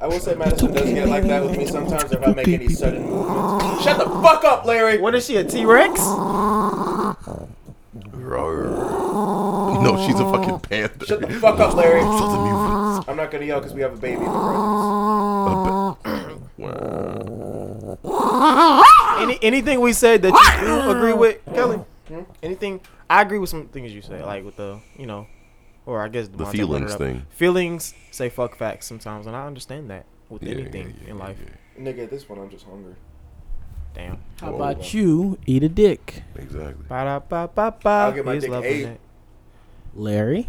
Speaker 3: will say Madison does get like that with me sometimes if I make any sudden movements. Shut the fuck up, Larry.
Speaker 1: What is she, a T Rex?
Speaker 2: Roar. No, she's a fucking panther.
Speaker 3: Shut the fuck up, Larry.
Speaker 2: Shut the music.
Speaker 3: I'm not gonna yell because we have a baby in the presence.
Speaker 2: Up it. Wow.
Speaker 1: Any, anything we said that you do agree with,
Speaker 2: Hmm.
Speaker 1: Kelly? Anything? I agree with some things you say, like with the, you know, or I guess
Speaker 2: The
Speaker 1: Devontae
Speaker 2: feelings
Speaker 1: brought it up.
Speaker 2: thing.
Speaker 1: Feelings say fuck facts sometimes, and I understand that with
Speaker 2: Yeah,
Speaker 1: anything
Speaker 2: yeah, yeah,
Speaker 1: in life.
Speaker 3: Nigga, at this one I'm just hungry.
Speaker 1: Damn.
Speaker 4: How about you eat a dick,
Speaker 2: Exactly.
Speaker 1: Ba-da-ba-ba-ba.
Speaker 3: I'll get my
Speaker 1: He's
Speaker 3: dick
Speaker 1: loving
Speaker 3: ate.
Speaker 1: it.
Speaker 4: Larry?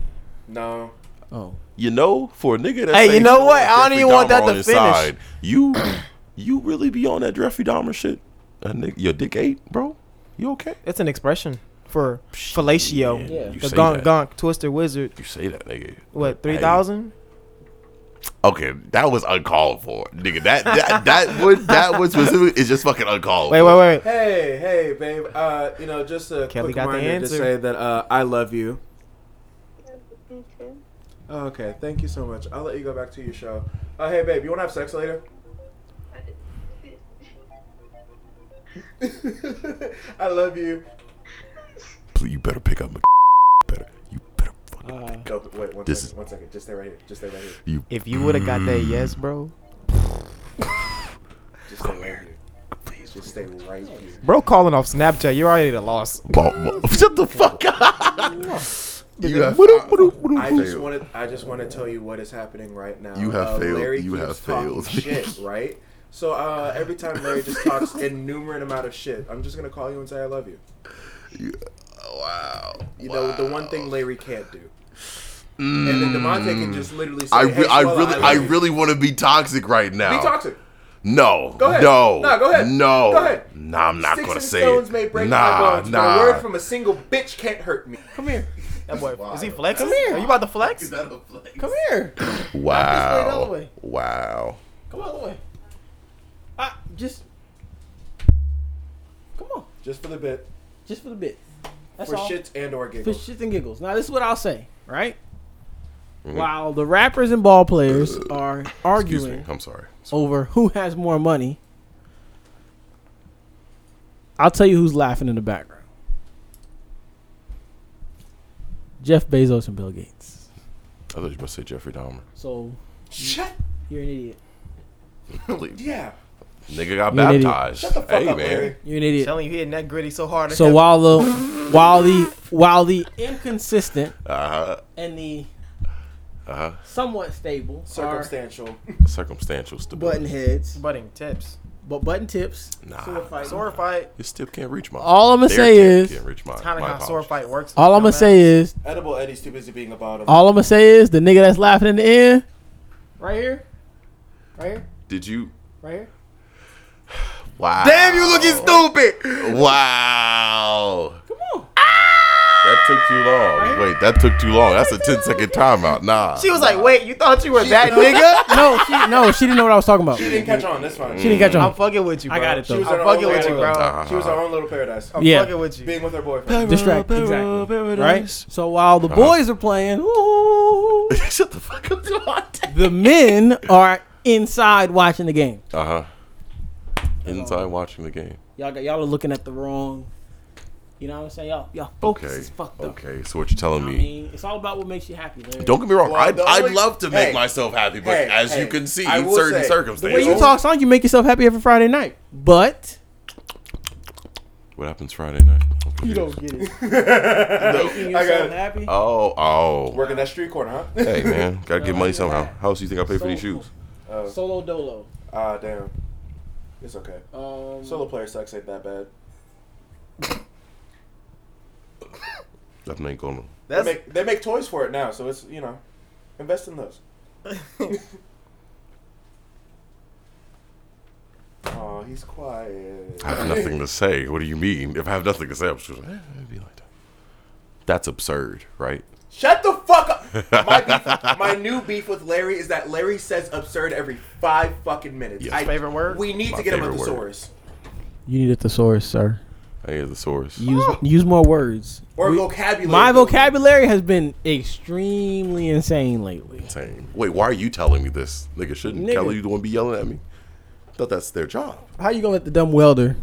Speaker 3: No.
Speaker 4: Oh,
Speaker 2: You know, for a nigga that
Speaker 1: Hey,
Speaker 2: say
Speaker 1: you know
Speaker 2: he
Speaker 1: what?
Speaker 2: wants
Speaker 1: I don't
Speaker 2: Jeffrey
Speaker 1: even want
Speaker 2: Dahmer
Speaker 1: that to
Speaker 2: on his
Speaker 1: finish.
Speaker 2: you, you really be on that Jeffrey Dahmer shit? That nigga, your dick ate, bro. You okay?
Speaker 1: It's an expression for fellatio.
Speaker 2: Yeah, you
Speaker 1: The
Speaker 2: say
Speaker 1: gonk
Speaker 2: that.
Speaker 1: gonk twister wizard.
Speaker 2: You say that, nigga.
Speaker 1: What
Speaker 2: Hey,
Speaker 1: three thousand?
Speaker 2: Okay, that was uncalled for, nigga. That that that was that was specifically is just fucking uncalled.
Speaker 1: Wait,
Speaker 2: for.
Speaker 1: wait, wait. wait.
Speaker 3: Hey, hey, babe. Uh, you know, just a
Speaker 1: Kelly
Speaker 3: quick
Speaker 1: got the
Speaker 3: reminder to
Speaker 1: answer.
Speaker 3: say that uh, I love you.
Speaker 8: Me too.
Speaker 3: Oh, okay, thank you so much. I'll let you go back to your show. Uh, hey, babe, you want to have sex later? I love you.
Speaker 2: Please, you better pick up my better. You better fucking.
Speaker 3: Go, wait, one
Speaker 2: This
Speaker 3: second,
Speaker 2: is-
Speaker 3: one second. Just stay right here. Just stay right here.
Speaker 2: You
Speaker 1: If you would have got that yes, bro.
Speaker 3: Just
Speaker 2: Oh,
Speaker 3: stay right here. Please, just stay right here.
Speaker 1: Bro calling off Snapchat, you're already at a loss.
Speaker 2: ball, shut the fuck up. you have,
Speaker 3: I just
Speaker 2: failed.
Speaker 3: want to. I just want to tell you what is happening right now. Uh,
Speaker 2: You have failed. You
Speaker 3: keeps
Speaker 2: have failed.
Speaker 3: talking Shit, right? So uh, every time Larry just talks innumerate amount of shit, I'm just gonna call you and say I love you.
Speaker 2: You- wow.
Speaker 3: You know, the one thing Larry can't do. And then Demonte can just literally say,
Speaker 2: Mm. I,
Speaker 3: hey,
Speaker 2: re- I
Speaker 3: Swallow,
Speaker 2: really,
Speaker 3: love
Speaker 2: I
Speaker 3: you."
Speaker 2: really want to be toxic right now.
Speaker 3: Be toxic.
Speaker 2: No.
Speaker 3: Go ahead.
Speaker 2: No.
Speaker 3: Nah, go ahead.
Speaker 2: No.
Speaker 3: Go ahead.
Speaker 2: Nah, I'm not
Speaker 3: Sticks
Speaker 2: gonna
Speaker 3: and
Speaker 2: say
Speaker 3: stones
Speaker 2: it.
Speaker 3: may break my
Speaker 2: nah,
Speaker 3: bones, but
Speaker 2: nah.
Speaker 3: a word from a single bitch can't hurt me.
Speaker 1: Come here. That boy, is he flexing? Come here. Are you about to flex? Come here. the other
Speaker 2: wow.
Speaker 1: way.
Speaker 2: Wow.
Speaker 1: Come on, the way. I just.
Speaker 4: Come on,
Speaker 3: Just for the bit,
Speaker 4: just for the bit. That's
Speaker 3: for
Speaker 4: all.
Speaker 3: shits and or
Speaker 4: for
Speaker 3: giggles.
Speaker 4: shits and giggles. Now this is what I'll say, right? While the rappers and ball players are
Speaker 2: Mm-hmm. Excuse me.
Speaker 4: arguing
Speaker 2: I'm sorry.
Speaker 4: over who has more money, I'll tell you who's laughing in the background. Jeff Bezos and Bill Gates.
Speaker 2: I thought you were gonna say Jeffrey Dahmer.
Speaker 4: So
Speaker 3: Shut.
Speaker 4: you're an idiot.
Speaker 3: Yeah.
Speaker 2: Nigga got
Speaker 4: You're an idiot.
Speaker 2: baptized.
Speaker 3: Shut the fuck
Speaker 2: hey
Speaker 3: up,
Speaker 2: man.
Speaker 3: Larry.
Speaker 4: You're an idiot.
Speaker 1: Telling you, hitting that gritty so hard.
Speaker 4: So while the while the while the inconsistent
Speaker 2: Uh
Speaker 4: and the
Speaker 2: huh.
Speaker 4: somewhat stable are
Speaker 3: Circumstantial.
Speaker 2: Uh Circumstantial stability.
Speaker 4: button heads,
Speaker 1: butting tips.
Speaker 4: but button tips.
Speaker 2: Nah.
Speaker 1: Sword fight.
Speaker 2: You still can't reach mine.
Speaker 4: All I'ma
Speaker 2: Their
Speaker 4: say
Speaker 2: tip
Speaker 4: is-
Speaker 2: can't reach mine.
Speaker 1: Kind of
Speaker 2: My
Speaker 1: how sword
Speaker 2: apologies.
Speaker 1: fight works.
Speaker 4: All I'm gonna say is
Speaker 3: Edible Eddie's too busy being a bottom.
Speaker 4: All I'm gonna say is the nigga that's laughing in the end, right here, right here,
Speaker 2: Did you?
Speaker 4: right here.
Speaker 2: Wow. stupid. Wow.
Speaker 4: Come on.
Speaker 2: That took too long. Wait, that took too long. That's a 10 second timeout. Nah.
Speaker 1: She was like, "Wait, you thought you were that nigga?
Speaker 4: No, she no, she didn't know what I was talking about.
Speaker 3: She
Speaker 4: She
Speaker 3: didn't catch on. That's fine. She,
Speaker 4: didn't catch
Speaker 1: I'm
Speaker 4: on.
Speaker 1: fucking with you. Bro.
Speaker 4: I got it, though.
Speaker 1: I'm
Speaker 4: She was
Speaker 3: in her
Speaker 1: fucking
Speaker 3: own
Speaker 1: with you,
Speaker 3: world.
Speaker 1: bro.
Speaker 2: Nah.
Speaker 3: was her own little paradise.
Speaker 1: I'm
Speaker 4: Yeah.
Speaker 1: fucking with you.
Speaker 3: Being with her boyfriend.
Speaker 4: Distract exactly. Right. So while the boys are playing, ooh,
Speaker 2: Shut the fuck up, Devontae.
Speaker 4: the men are inside watching the game.
Speaker 2: Uh huh. Inside watching the game.
Speaker 4: Y'all got y'all are looking at the wrong. You know what I'm saying? Y'all y'all focus
Speaker 2: Okay.
Speaker 4: is fucked up.
Speaker 2: Okay. So what you telling
Speaker 4: I
Speaker 2: me?
Speaker 4: mean, it's all about what makes you happy. Larry.
Speaker 2: Don't get me wrong.
Speaker 3: Well,
Speaker 2: I'd,
Speaker 3: the
Speaker 2: I'd
Speaker 3: only-
Speaker 2: love to make
Speaker 3: Hey.
Speaker 2: myself happy, but
Speaker 3: Hey,
Speaker 2: as
Speaker 3: hey.
Speaker 2: you can see,
Speaker 3: I
Speaker 2: in
Speaker 3: will
Speaker 2: certain
Speaker 3: say,
Speaker 4: the
Speaker 2: circumstances.
Speaker 4: way you talk, song, you make yourself happy every Friday night, but
Speaker 2: What happens Friday night? I'm confused.
Speaker 4: you don't get it. Making
Speaker 3: I got it.
Speaker 4: yourself happy.
Speaker 2: Oh, oh.
Speaker 3: Working that street corner, huh?
Speaker 2: Hey, man. Gotta get money somehow. How else do you think I pay for these shoes?
Speaker 4: Solo dolo.
Speaker 3: Oh, Ah, damn. It's okay.
Speaker 4: Um,
Speaker 3: Solo player sex ain't that bad.
Speaker 2: Nothing ain't going on.
Speaker 3: They
Speaker 1: That's
Speaker 3: make, they make toys for it now, so it's you know, invest in those. oh, he's quiet.
Speaker 2: I have nothing to say. What do you mean? If I have nothing to say, I'm just like, eh, it'd be like that. That's absurd, right?
Speaker 3: Shut the fuck up. My beef, my new beef with Larry is that Larry says absurd every five fucking minutes.
Speaker 2: Yes.
Speaker 1: Favorite word?
Speaker 3: We need
Speaker 2: My
Speaker 3: to get him a
Speaker 2: favorite word.
Speaker 3: thesaurus
Speaker 4: You need a thesaurus, sir.
Speaker 2: I hear the source.
Speaker 4: Use use more words.
Speaker 3: or
Speaker 4: We-
Speaker 3: vocabulary.
Speaker 4: My
Speaker 3: building.
Speaker 4: vocabulary has been extremely insane lately.
Speaker 2: Same. Wait, why are you telling me this? Nigga, shouldn't
Speaker 4: Nigga.
Speaker 2: Kelly you the one be yelling at me? thought that's their job.
Speaker 4: How you gonna let the dumb welder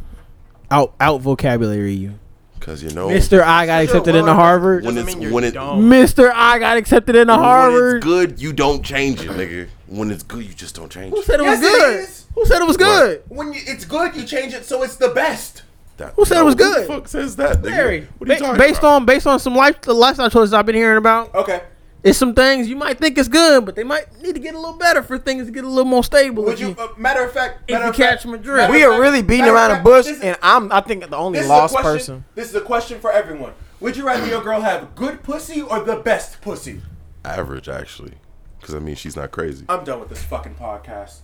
Speaker 4: out out vocabulary you,
Speaker 2: Cause you know
Speaker 4: Mister? I got accepted into Harvard.
Speaker 2: when
Speaker 1: Doesn't
Speaker 2: it's
Speaker 1: mean you're
Speaker 2: when it
Speaker 1: dumb.
Speaker 4: Mister, I got accepted into
Speaker 2: when
Speaker 4: Harvard.
Speaker 2: it's good, you don't change it, nigga. When it's good, you just don't change
Speaker 4: Who
Speaker 2: it.
Speaker 4: said it was
Speaker 3: Yes, it
Speaker 4: good?
Speaker 3: is.
Speaker 4: Who said it was good?
Speaker 3: When you, it's good, you change it so it's the best.
Speaker 2: That,
Speaker 4: Who said it was good?
Speaker 2: Who the fuck says that, nigga?
Speaker 4: Larry,
Speaker 2: what are you
Speaker 4: ba-
Speaker 2: talking
Speaker 4: based
Speaker 2: about?
Speaker 4: on based on some life the lifestyle choices I've been hearing about,
Speaker 3: Okay.
Speaker 4: it's some things you might think is good, but they might need to get a little better for things to get a little more stable.
Speaker 3: Would
Speaker 4: if
Speaker 3: you? Uh, matter of fact,
Speaker 4: if
Speaker 3: matter
Speaker 4: you
Speaker 3: of
Speaker 4: catch
Speaker 3: fact,
Speaker 4: my drift?
Speaker 1: we are really beating
Speaker 3: Matter of
Speaker 1: around the
Speaker 3: fact,
Speaker 1: bush,
Speaker 3: this is-
Speaker 1: and I'm I think the only
Speaker 3: This
Speaker 1: lost
Speaker 3: is a question,
Speaker 1: person.
Speaker 3: This is a question for everyone. Would you rather your girl have good pussy or the best pussy?
Speaker 2: average actually? Because I mean, she's not crazy.
Speaker 3: I'm done with this fucking podcast.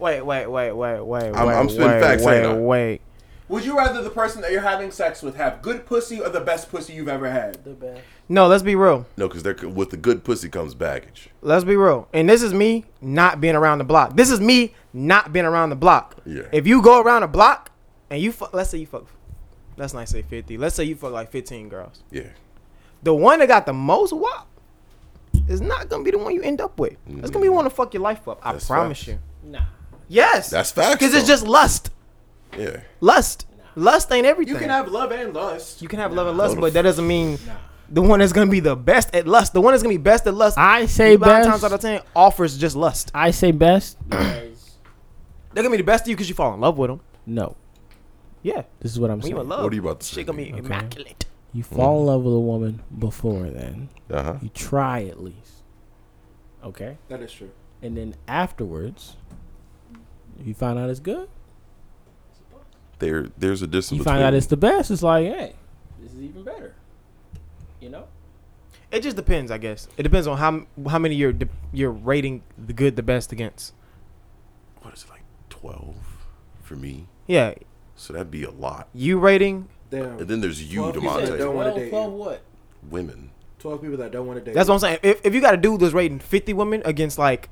Speaker 1: Wait, wait, wait, wait, wait,
Speaker 2: I'm-
Speaker 1: wait,
Speaker 2: I'm spitting
Speaker 1: wait,
Speaker 2: facts,
Speaker 1: wait,
Speaker 2: ain't I?
Speaker 1: wait.
Speaker 3: Would you rather the person that you're having sex with have good pussy or the best pussy you've ever had?
Speaker 1: No, let's be real.
Speaker 2: No, because they're with the good pussy comes baggage.
Speaker 1: Let's be real. And this is me not being around the block. This is me not being around the block.
Speaker 2: Yeah.
Speaker 1: If you go around the block and you fuck, let's say you fuck, let's not say 50. Let's say you fuck like 15 girls.
Speaker 2: Yeah.
Speaker 1: The one that got the most wop is not going to be the one you end up with. It's going to be the one to fuck your life up. I
Speaker 2: Mm. That's
Speaker 1: promise
Speaker 2: facts.
Speaker 1: you.
Speaker 4: Nah.
Speaker 1: Yes.
Speaker 2: That's facts,
Speaker 1: Because it's
Speaker 2: though.
Speaker 1: just lust.
Speaker 2: Yeah.
Speaker 1: Lust. Lust ain't everything.
Speaker 3: You can have love and lust.
Speaker 1: You can have love and lust, but that doesn't mean the one that's gonna be the best at lust. The one that's gonna be best at lust.
Speaker 4: I say
Speaker 1: nine
Speaker 4: best.
Speaker 1: times out of ten offers just lust.
Speaker 4: I say best.
Speaker 1: They're gonna be the best of you because you fall in love with them.
Speaker 4: No.
Speaker 1: Yeah,
Speaker 4: This is what I'm
Speaker 1: when
Speaker 4: saying.
Speaker 1: you in love,
Speaker 2: What are you about to say?
Speaker 1: shit gonna be immaculate.
Speaker 4: You fall in love with a woman before then.
Speaker 2: Uh huh.
Speaker 4: You try at least. Okay.
Speaker 3: That is true.
Speaker 4: And then afterwards, you find out it's good.
Speaker 2: There, there's a distance.
Speaker 4: You find out
Speaker 2: between-
Speaker 4: it's the best. It's like, hey, this is even better. You know?
Speaker 1: It just depends, I guess. It depends on how how many you're de- you're rating the good, the best against.
Speaker 2: what is it like twelve for me?
Speaker 1: Yeah,
Speaker 2: So that'd be a lot.
Speaker 1: you rating.
Speaker 2: And
Speaker 3: Damn.
Speaker 2: then there's you,
Speaker 3: Well, if you said
Speaker 2: Demonte.
Speaker 3: don't- wanna date you.
Speaker 4: what?
Speaker 2: Women,
Speaker 3: Twelve people that don't want to date.
Speaker 1: That's what I'm saying. If, if you got a dude that's rating 50 women against like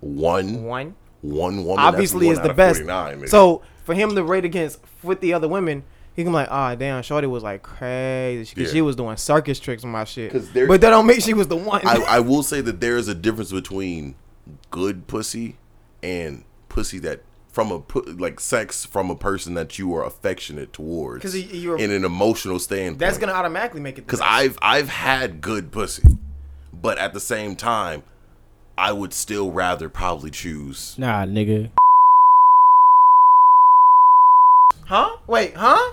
Speaker 2: one,
Speaker 1: one,
Speaker 2: one woman. that's
Speaker 1: obviously
Speaker 2: one
Speaker 1: is
Speaker 2: out
Speaker 1: the
Speaker 2: of
Speaker 1: best.
Speaker 2: 49, nigga.
Speaker 1: So for him to rate against with the other women, he can be like, ah, damn, Shorty was like crazy. She,
Speaker 2: Yeah.
Speaker 1: she was doing circus tricks on my shit.
Speaker 2: 'Cause
Speaker 1: But
Speaker 2: there-
Speaker 1: that don't mean she was the one.
Speaker 2: I, I will say that there is a difference between good pussy and pussy that from a pu- like sex from a person that you are affectionate towards
Speaker 1: 'Cause you- you're-
Speaker 2: in an emotional standpoint.
Speaker 1: That's gonna automatically make it.
Speaker 2: because I've I've had good pussy, but at the same time, I would still rather probably choose.
Speaker 4: Nah, nigga.
Speaker 1: huh? Wait, huh?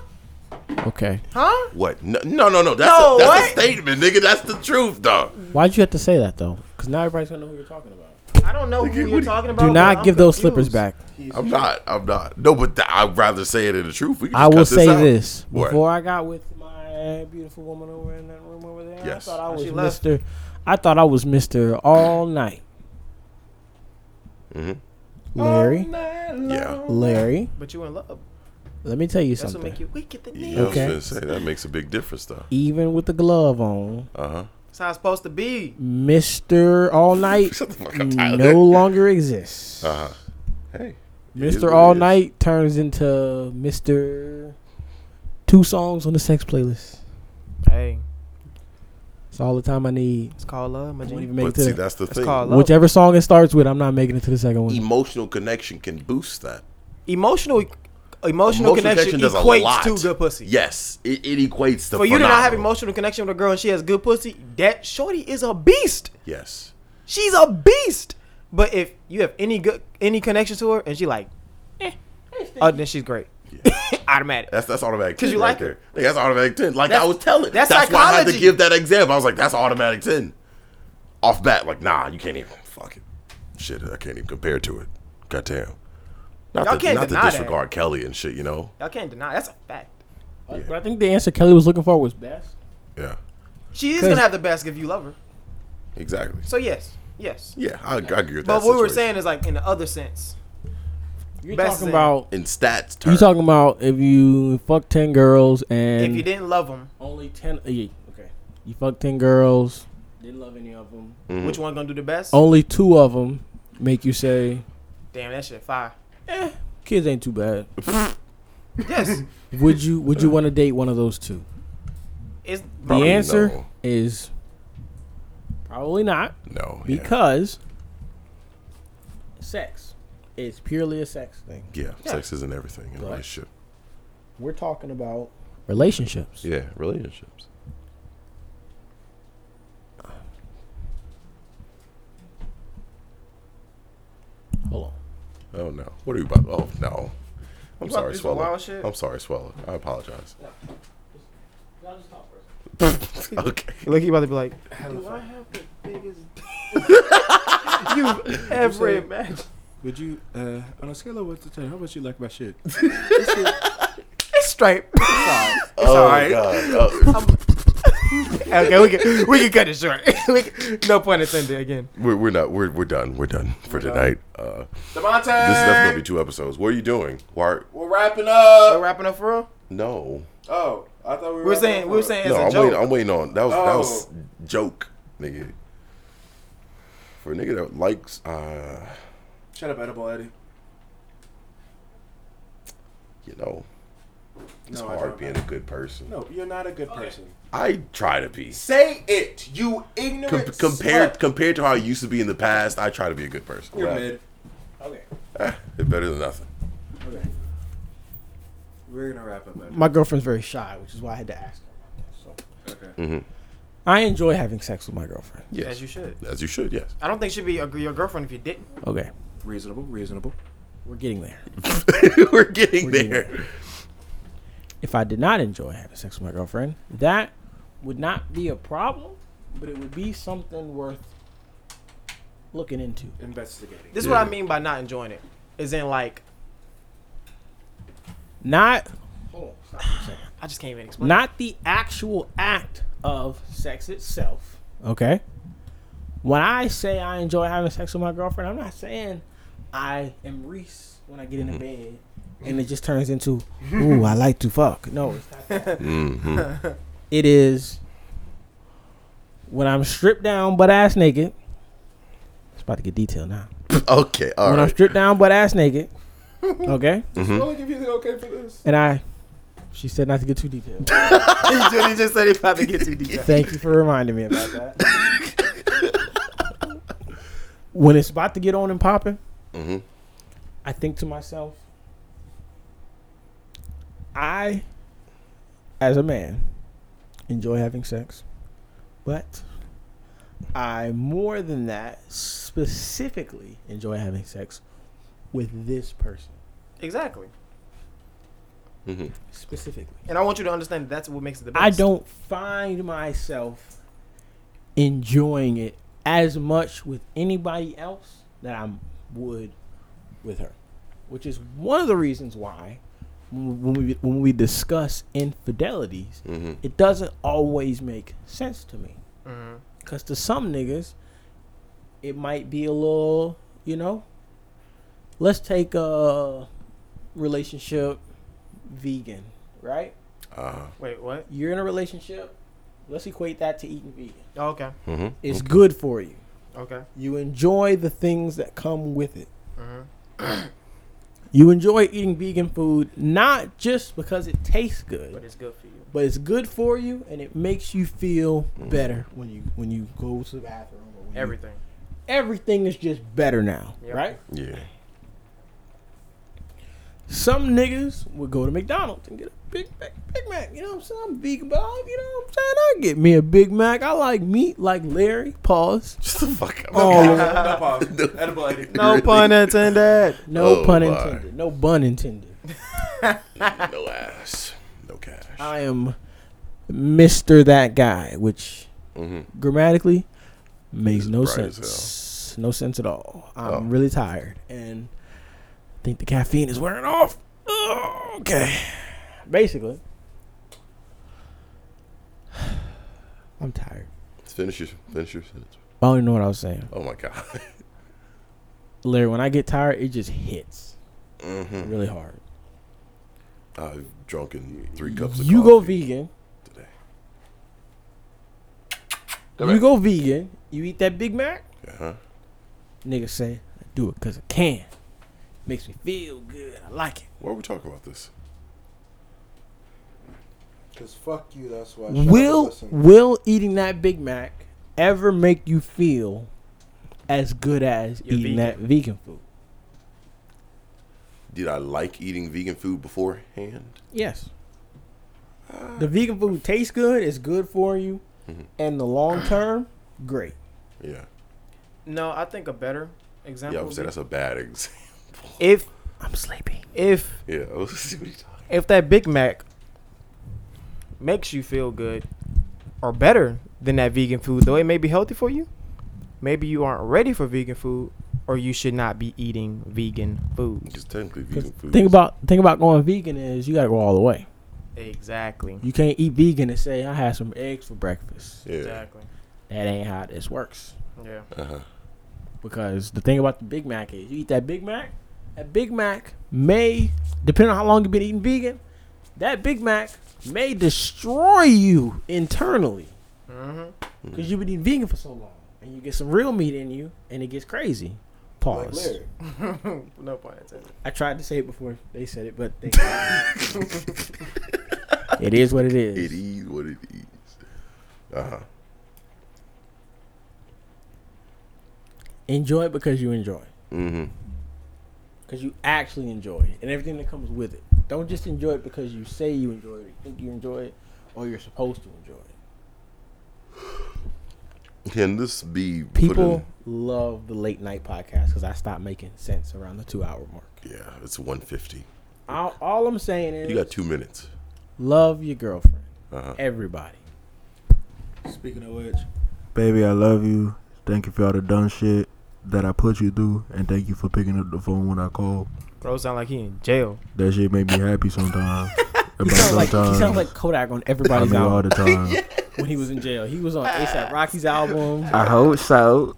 Speaker 4: Okay.
Speaker 1: Huh?
Speaker 2: What? No, no, no. no. That's,
Speaker 1: No,
Speaker 2: a, that's
Speaker 1: what?
Speaker 2: a statement, nigga. That's the truth, dog.
Speaker 4: Why'd you have to say that though? Because now everybody's gonna know who you're talking about.
Speaker 1: I don't know who you're talking about.
Speaker 4: Do not
Speaker 1: but I'm
Speaker 4: give those
Speaker 1: confused.
Speaker 4: slippers back.
Speaker 2: I'm not. I'm not. No, but th- I'd rather say it in the truth. We can
Speaker 4: I
Speaker 2: just
Speaker 4: will
Speaker 2: cut
Speaker 4: say
Speaker 2: out.
Speaker 4: this
Speaker 2: What?
Speaker 4: before I got with my beautiful woman over in that room over there.
Speaker 2: Yes.
Speaker 4: I thought I was
Speaker 1: she left.
Speaker 4: Mister. I thought I was Mister all night.
Speaker 2: Mhm.
Speaker 4: Larry,
Speaker 2: Yeah.
Speaker 4: Larry,
Speaker 1: But you in love.
Speaker 4: let me tell you
Speaker 1: That's
Speaker 4: something.
Speaker 1: what make you weak at the knee.
Speaker 2: Yeah, I was
Speaker 4: Okay.
Speaker 2: gonna say that makes a big difference, though.
Speaker 4: Even with the glove on,
Speaker 2: Uh huh.
Speaker 1: That's how it's supposed to be.
Speaker 4: Mister All Night
Speaker 2: Shut the fuck up, Tyler.
Speaker 4: no longer exists.
Speaker 2: Uh huh. Hey. it is
Speaker 4: Mister
Speaker 2: what
Speaker 4: All
Speaker 2: it is.
Speaker 4: Night turns into Mister Two songs on the sex playlist.
Speaker 1: Hey,
Speaker 4: It's all the time I need.
Speaker 1: it's called love, my
Speaker 4: I won't
Speaker 1: G.
Speaker 4: even make it
Speaker 2: But
Speaker 4: to
Speaker 2: see,
Speaker 4: the-
Speaker 2: that's the
Speaker 1: It's
Speaker 2: thing.
Speaker 1: called love.
Speaker 4: Whichever song it starts with, I'm not making it to the second one.
Speaker 2: Emotional connection can boost that.
Speaker 1: Emotional, emotional, connection,
Speaker 2: does a
Speaker 1: equates
Speaker 2: lot.
Speaker 1: to good pussy.
Speaker 2: Yes, it, it equates to.
Speaker 1: For you to not have
Speaker 2: phenomenal.
Speaker 1: emotional connection with a girl and she has good pussy, that shorty is a beast.
Speaker 2: Yes.
Speaker 1: She's a beast. But if you have any good any connection to her and she like, eh, uh, then she's great. Automatic.
Speaker 2: That's that's automatic
Speaker 1: 'Cause
Speaker 2: ten
Speaker 1: you
Speaker 2: right
Speaker 1: like
Speaker 2: there.
Speaker 1: it.
Speaker 2: Like, that's automatic ten. Like
Speaker 1: That's-
Speaker 2: I was telling.
Speaker 1: that's
Speaker 2: That's, why I had to
Speaker 1: psychology.
Speaker 2: give that example. I was like, that's automatic ten. Off bat, like nah, you can't even. Fuck it. Shit, I can't even compare to it. Goddamn. Not
Speaker 1: Y'all
Speaker 2: to,
Speaker 1: can't
Speaker 2: not to
Speaker 1: deny that.
Speaker 2: disregard Kelly and shit, you know.
Speaker 1: Y'all can't deny that's a fact.
Speaker 4: But I think the answer Kelly was looking for was best.
Speaker 2: Yeah.
Speaker 1: She is
Speaker 4: 'Cause-
Speaker 1: gonna have the best if you love her.
Speaker 2: Exactly.
Speaker 1: So yes, yes.
Speaker 2: Yeah, I, I agree with that.
Speaker 1: But what we were
Speaker 2: situation.
Speaker 1: saying is like in the other sense.
Speaker 4: You're
Speaker 1: Best
Speaker 4: talking
Speaker 1: in-
Speaker 4: about
Speaker 2: in stats
Speaker 4: you
Speaker 2: terms.
Speaker 4: talking about if you fuck ten girls and
Speaker 1: if you didn't love them,
Speaker 4: only ten. uh, Yeah, okay, you fuck ten girls. Didn't love any of them.
Speaker 1: which one gonna do the best?
Speaker 4: Only two of them make you say,
Speaker 1: Damn, that shit fire.
Speaker 4: "Kids ain't too bad."
Speaker 1: Yes.
Speaker 4: Would you Would you want to date one of those two?
Speaker 1: it's
Speaker 2: Probably
Speaker 4: the answer
Speaker 2: no.
Speaker 4: is probably not
Speaker 2: no, yeah.
Speaker 4: because sex is purely a sex thing.
Speaker 2: Yeah, sex isn't everything in a
Speaker 4: Right.
Speaker 2: relationship.
Speaker 4: We're talking about relationships.
Speaker 2: Yeah, relationships.
Speaker 4: Hold on.
Speaker 2: Oh no, what are you about? Oh no,
Speaker 1: You about
Speaker 2: I'm
Speaker 1: to
Speaker 2: sorry,
Speaker 1: do some
Speaker 2: Swallow.
Speaker 1: wild shit?
Speaker 2: I'm sorry, Swallow. I apologize. okay.
Speaker 1: Look, you about to be like, do I have the biggest you've ever
Speaker 3: say-
Speaker 1: imagined?
Speaker 3: Would you, uh, on a scale of one to ten, how much you like my shit?
Speaker 1: It's straight.
Speaker 2: Oh
Speaker 1: alright.
Speaker 2: god. Oh.
Speaker 1: okay, we can we can cut it short. We can- no pun intended. Again,
Speaker 2: We're, we're not. We're, we're done. We're done for tonight. Uh,
Speaker 3: Devontae!
Speaker 2: this is definitely gonna be two episodes. What are you doing? Why? are-
Speaker 3: We're wrapping up.
Speaker 1: we're wrapping up for real.
Speaker 2: No,
Speaker 3: Oh, I thought we
Speaker 1: We
Speaker 3: were.
Speaker 1: were
Speaker 3: wrapping
Speaker 1: saying
Speaker 3: up.
Speaker 1: we were saying as
Speaker 2: no.
Speaker 1: a
Speaker 2: I'm
Speaker 1: joke.
Speaker 2: waiting. I'm waiting on that was that was
Speaker 3: Oh.
Speaker 2: joke, nigga. For a nigga that likes, uh,
Speaker 3: Shut up, Edible Eddie.
Speaker 2: you know, it's
Speaker 3: No, I
Speaker 2: hard
Speaker 3: don't.
Speaker 2: being a good person.
Speaker 3: No, you're not a good person.
Speaker 2: I try to be.
Speaker 3: Say it, you ignorant.
Speaker 2: Com- compared
Speaker 3: slut.
Speaker 2: compared to how I used to be in the past, I try to be a good person.
Speaker 3: You're
Speaker 2: Right.
Speaker 3: mid. Okay,
Speaker 2: Eh, it's better than nothing.
Speaker 3: okay. We're gonna wrap up. Eddie.
Speaker 4: My girlfriend's very shy, which is why I had to ask. her about that,
Speaker 3: Okay.
Speaker 4: So I enjoy having sex with my girlfriend.
Speaker 2: Yes,
Speaker 1: As you should.
Speaker 2: as you should. Yes.
Speaker 1: I don't think she'd be a, your girlfriend if you didn't.
Speaker 4: Okay,
Speaker 3: Reasonable, reasonable.
Speaker 4: we're getting there.
Speaker 2: We're getting
Speaker 4: We're getting
Speaker 2: there.
Speaker 4: If I did not enjoy having sex with my girlfriend, that would not be a problem, but it would be something worth looking into.
Speaker 3: Investigating.
Speaker 1: This is what I mean by not enjoying it. Is in like
Speaker 4: Not
Speaker 1: I just can't even explain.
Speaker 4: not the actual act of sex itself. Okay. When I say I enjoy having sex with my girlfriend, I'm not saying I am Reese when I get in the
Speaker 2: Mm-hmm.
Speaker 4: bed and it just turns into, ooh, I like to fuck. No, it's not that.
Speaker 2: Mm-hmm.
Speaker 4: It is when I'm stripped down butt ass naked. It's about to get detailed now.
Speaker 2: Okay. All
Speaker 4: when I'm
Speaker 2: right. Mm-hmm,
Speaker 4: stripped down butt ass naked. Okay.
Speaker 3: I'll give you the okay for this.
Speaker 4: And I, she said not to get too detailed.
Speaker 1: Jenny just said it's about to get too deep.
Speaker 4: Thank you for reminding me about that. when it's about to get on and popping,
Speaker 2: Mhm.
Speaker 4: I think to myself, I, as a man, enjoy having sex, but I more than that specifically enjoy having sex with this person
Speaker 1: Exactly.
Speaker 2: mm-hmm,
Speaker 4: specifically.
Speaker 1: And I want you to understand that's what makes it the best.
Speaker 4: I don't find myself enjoying it as much with anybody else that I would with her, which is one of the reasons why when when we when we discuss infidelities,
Speaker 2: mm-hmm.
Speaker 4: it doesn't always make sense to me.
Speaker 1: Mm-hmm.
Speaker 4: Cause to some niggas, it might be a little, you know. Let's take a relationship vegan, right?
Speaker 2: Uh,
Speaker 1: Wait, what?
Speaker 4: you're in a relationship. Let's equate that to eating vegan.
Speaker 1: Oh, okay.
Speaker 2: mhm.
Speaker 4: It's good for you.
Speaker 1: Okay.
Speaker 4: You enjoy the things that come with it.
Speaker 1: Mhm.
Speaker 4: you enjoy eating vegan food not just because it tastes
Speaker 1: But
Speaker 4: good,
Speaker 1: it's good for you.
Speaker 4: but it's good for you and it makes you feel better when you when you go to the bathroom. Or when you-
Speaker 1: Everything.
Speaker 4: everything is just better now,
Speaker 1: Yep.
Speaker 4: right?
Speaker 2: mm-hmm. Yeah.
Speaker 4: Some niggas would go to McDonald's and get a Big Mac. Big Mac, you know what I'm saying? I'm vegan, but I, you know what I'm saying? I get me a Big Mac. I like meat, like Larry. Pause.
Speaker 2: Just the fuck up.
Speaker 4: Oh,
Speaker 3: no pause. Edible Eddie.
Speaker 1: No
Speaker 2: Really?
Speaker 1: pun intended.
Speaker 4: No
Speaker 2: Oh,
Speaker 4: pun
Speaker 2: my.
Speaker 4: intended. No bun intended.
Speaker 2: No ass. No cash.
Speaker 4: I am Mr. That Guy, which
Speaker 2: Mhm.
Speaker 4: grammatically makes
Speaker 2: It's
Speaker 4: no
Speaker 2: bright as
Speaker 4: sense. No sense at all. I'm
Speaker 2: Oh.
Speaker 4: really tired and I think the caffeine is wearing off. Ugh, okay. Basically, I'm tired.
Speaker 2: Finish your finish your sentence.
Speaker 4: I don't even know what I was saying.
Speaker 2: Oh my god.
Speaker 4: Larry, when I get tired, it just hits
Speaker 2: hmm
Speaker 4: really hard.
Speaker 2: I've drunken three cups of
Speaker 4: you
Speaker 2: coffee
Speaker 4: go vegan.
Speaker 2: today.
Speaker 4: You go vegan. You eat that Big Mac.
Speaker 2: Uh-huh.
Speaker 4: Niggas say, I do it because I can. Makes me feel good. I like it.
Speaker 2: Why are we talking about this?
Speaker 3: Cause fuck you. That's why.
Speaker 4: Will will eating that Big Mac ever make you feel as good as
Speaker 1: You're
Speaker 4: eating
Speaker 1: vegan.
Speaker 4: that vegan food?
Speaker 2: Did I like eating vegan food beforehand?
Speaker 4: Yes. The vegan food tastes good, it's good for you,
Speaker 1: Mm-hmm.
Speaker 4: and the long term, great.
Speaker 2: Yeah.
Speaker 1: No, I think a better
Speaker 2: Yeah, I
Speaker 1: example.
Speaker 2: would say
Speaker 1: would
Speaker 2: that's a bad example.
Speaker 1: be if
Speaker 4: I'm sleepy.
Speaker 1: if
Speaker 2: Yeah. I was- see what you talking
Speaker 1: if that Big Mac makes you feel good or better than that vegan food, though it may be healthy for you, maybe you aren't ready for vegan food or you should not be eating vegan food.
Speaker 2: Because technically vegan food.
Speaker 4: Think
Speaker 2: is-
Speaker 4: about think about going vegan is you gotta go all the way.
Speaker 1: Exactly.
Speaker 4: You can't eat vegan and say I had some eggs for breakfast.
Speaker 2: Yeah.
Speaker 1: Exactly.
Speaker 4: That ain't how this works.
Speaker 1: Yeah.
Speaker 2: Uh-huh.
Speaker 4: Because the thing about the Big Mac is you eat that Big Mac, that Big Mac may, depending on how long you've been eating vegan, that Big Mac may destroy you internally. Because you've been eating vegan for so long. And you get some real meat in you and it gets crazy. Pause.
Speaker 1: Mm-hmm. No point intended.
Speaker 4: I tried to say it before they said it, but they it is what it is.
Speaker 2: It is what it is. Uh huh.
Speaker 4: Enjoy it because you enjoy.
Speaker 2: Mm-hmm.
Speaker 4: Because you actually enjoy it and everything that comes with it. Don't just enjoy it because you say you enjoy it, you think you enjoy it, or you're supposed to enjoy it.
Speaker 2: Can this be put
Speaker 4: People love the late night podcast because I stopped making sense around the two hour mark.
Speaker 2: in- yeah, it's one fifty.
Speaker 4: All, all I'm saying is
Speaker 2: You got two minutes.
Speaker 4: love your girlfriend.
Speaker 2: Uh-huh.
Speaker 4: Everybody.
Speaker 9: Speaking of which,
Speaker 3: Baby, I love you. Thank you for all the dumb shit that I put you through, and thank you for picking up the phone when I call.
Speaker 1: Bro, sound like he in jail.
Speaker 3: That shit make me happy sometimes. About
Speaker 4: He sounds like, he
Speaker 3: sometimes.
Speaker 4: sounds like Kodak on
Speaker 3: I
Speaker 4: everybody's
Speaker 3: mean, all
Speaker 4: album
Speaker 3: the time.
Speaker 4: when he was in jail. He was on ASAP Rocky's album.
Speaker 3: I hope so.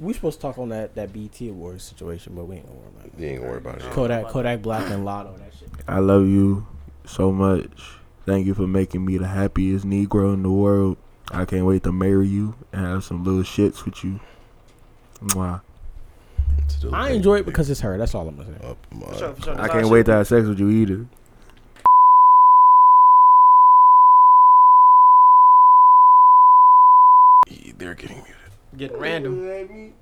Speaker 4: We supposed to talk on that that BT Awards situation, but we ain't gonna worry about
Speaker 2: You ain't worry about
Speaker 4: it.
Speaker 2: it.
Speaker 4: Kodak, Kodak Black, and Lotto. That shit.
Speaker 3: I love you so much. Thank you for making me the happiest Negro in the world. I can't wait to marry you and have some little shits with you. Mwah.
Speaker 2: Still
Speaker 4: I
Speaker 2: think
Speaker 4: enjoy it
Speaker 2: they
Speaker 4: because it's her. That's all I'm gonna say.
Speaker 2: Up my
Speaker 1: For sure, for sure.
Speaker 3: I can't wait to have sex with you either.
Speaker 2: They're getting muted.
Speaker 1: Getting random.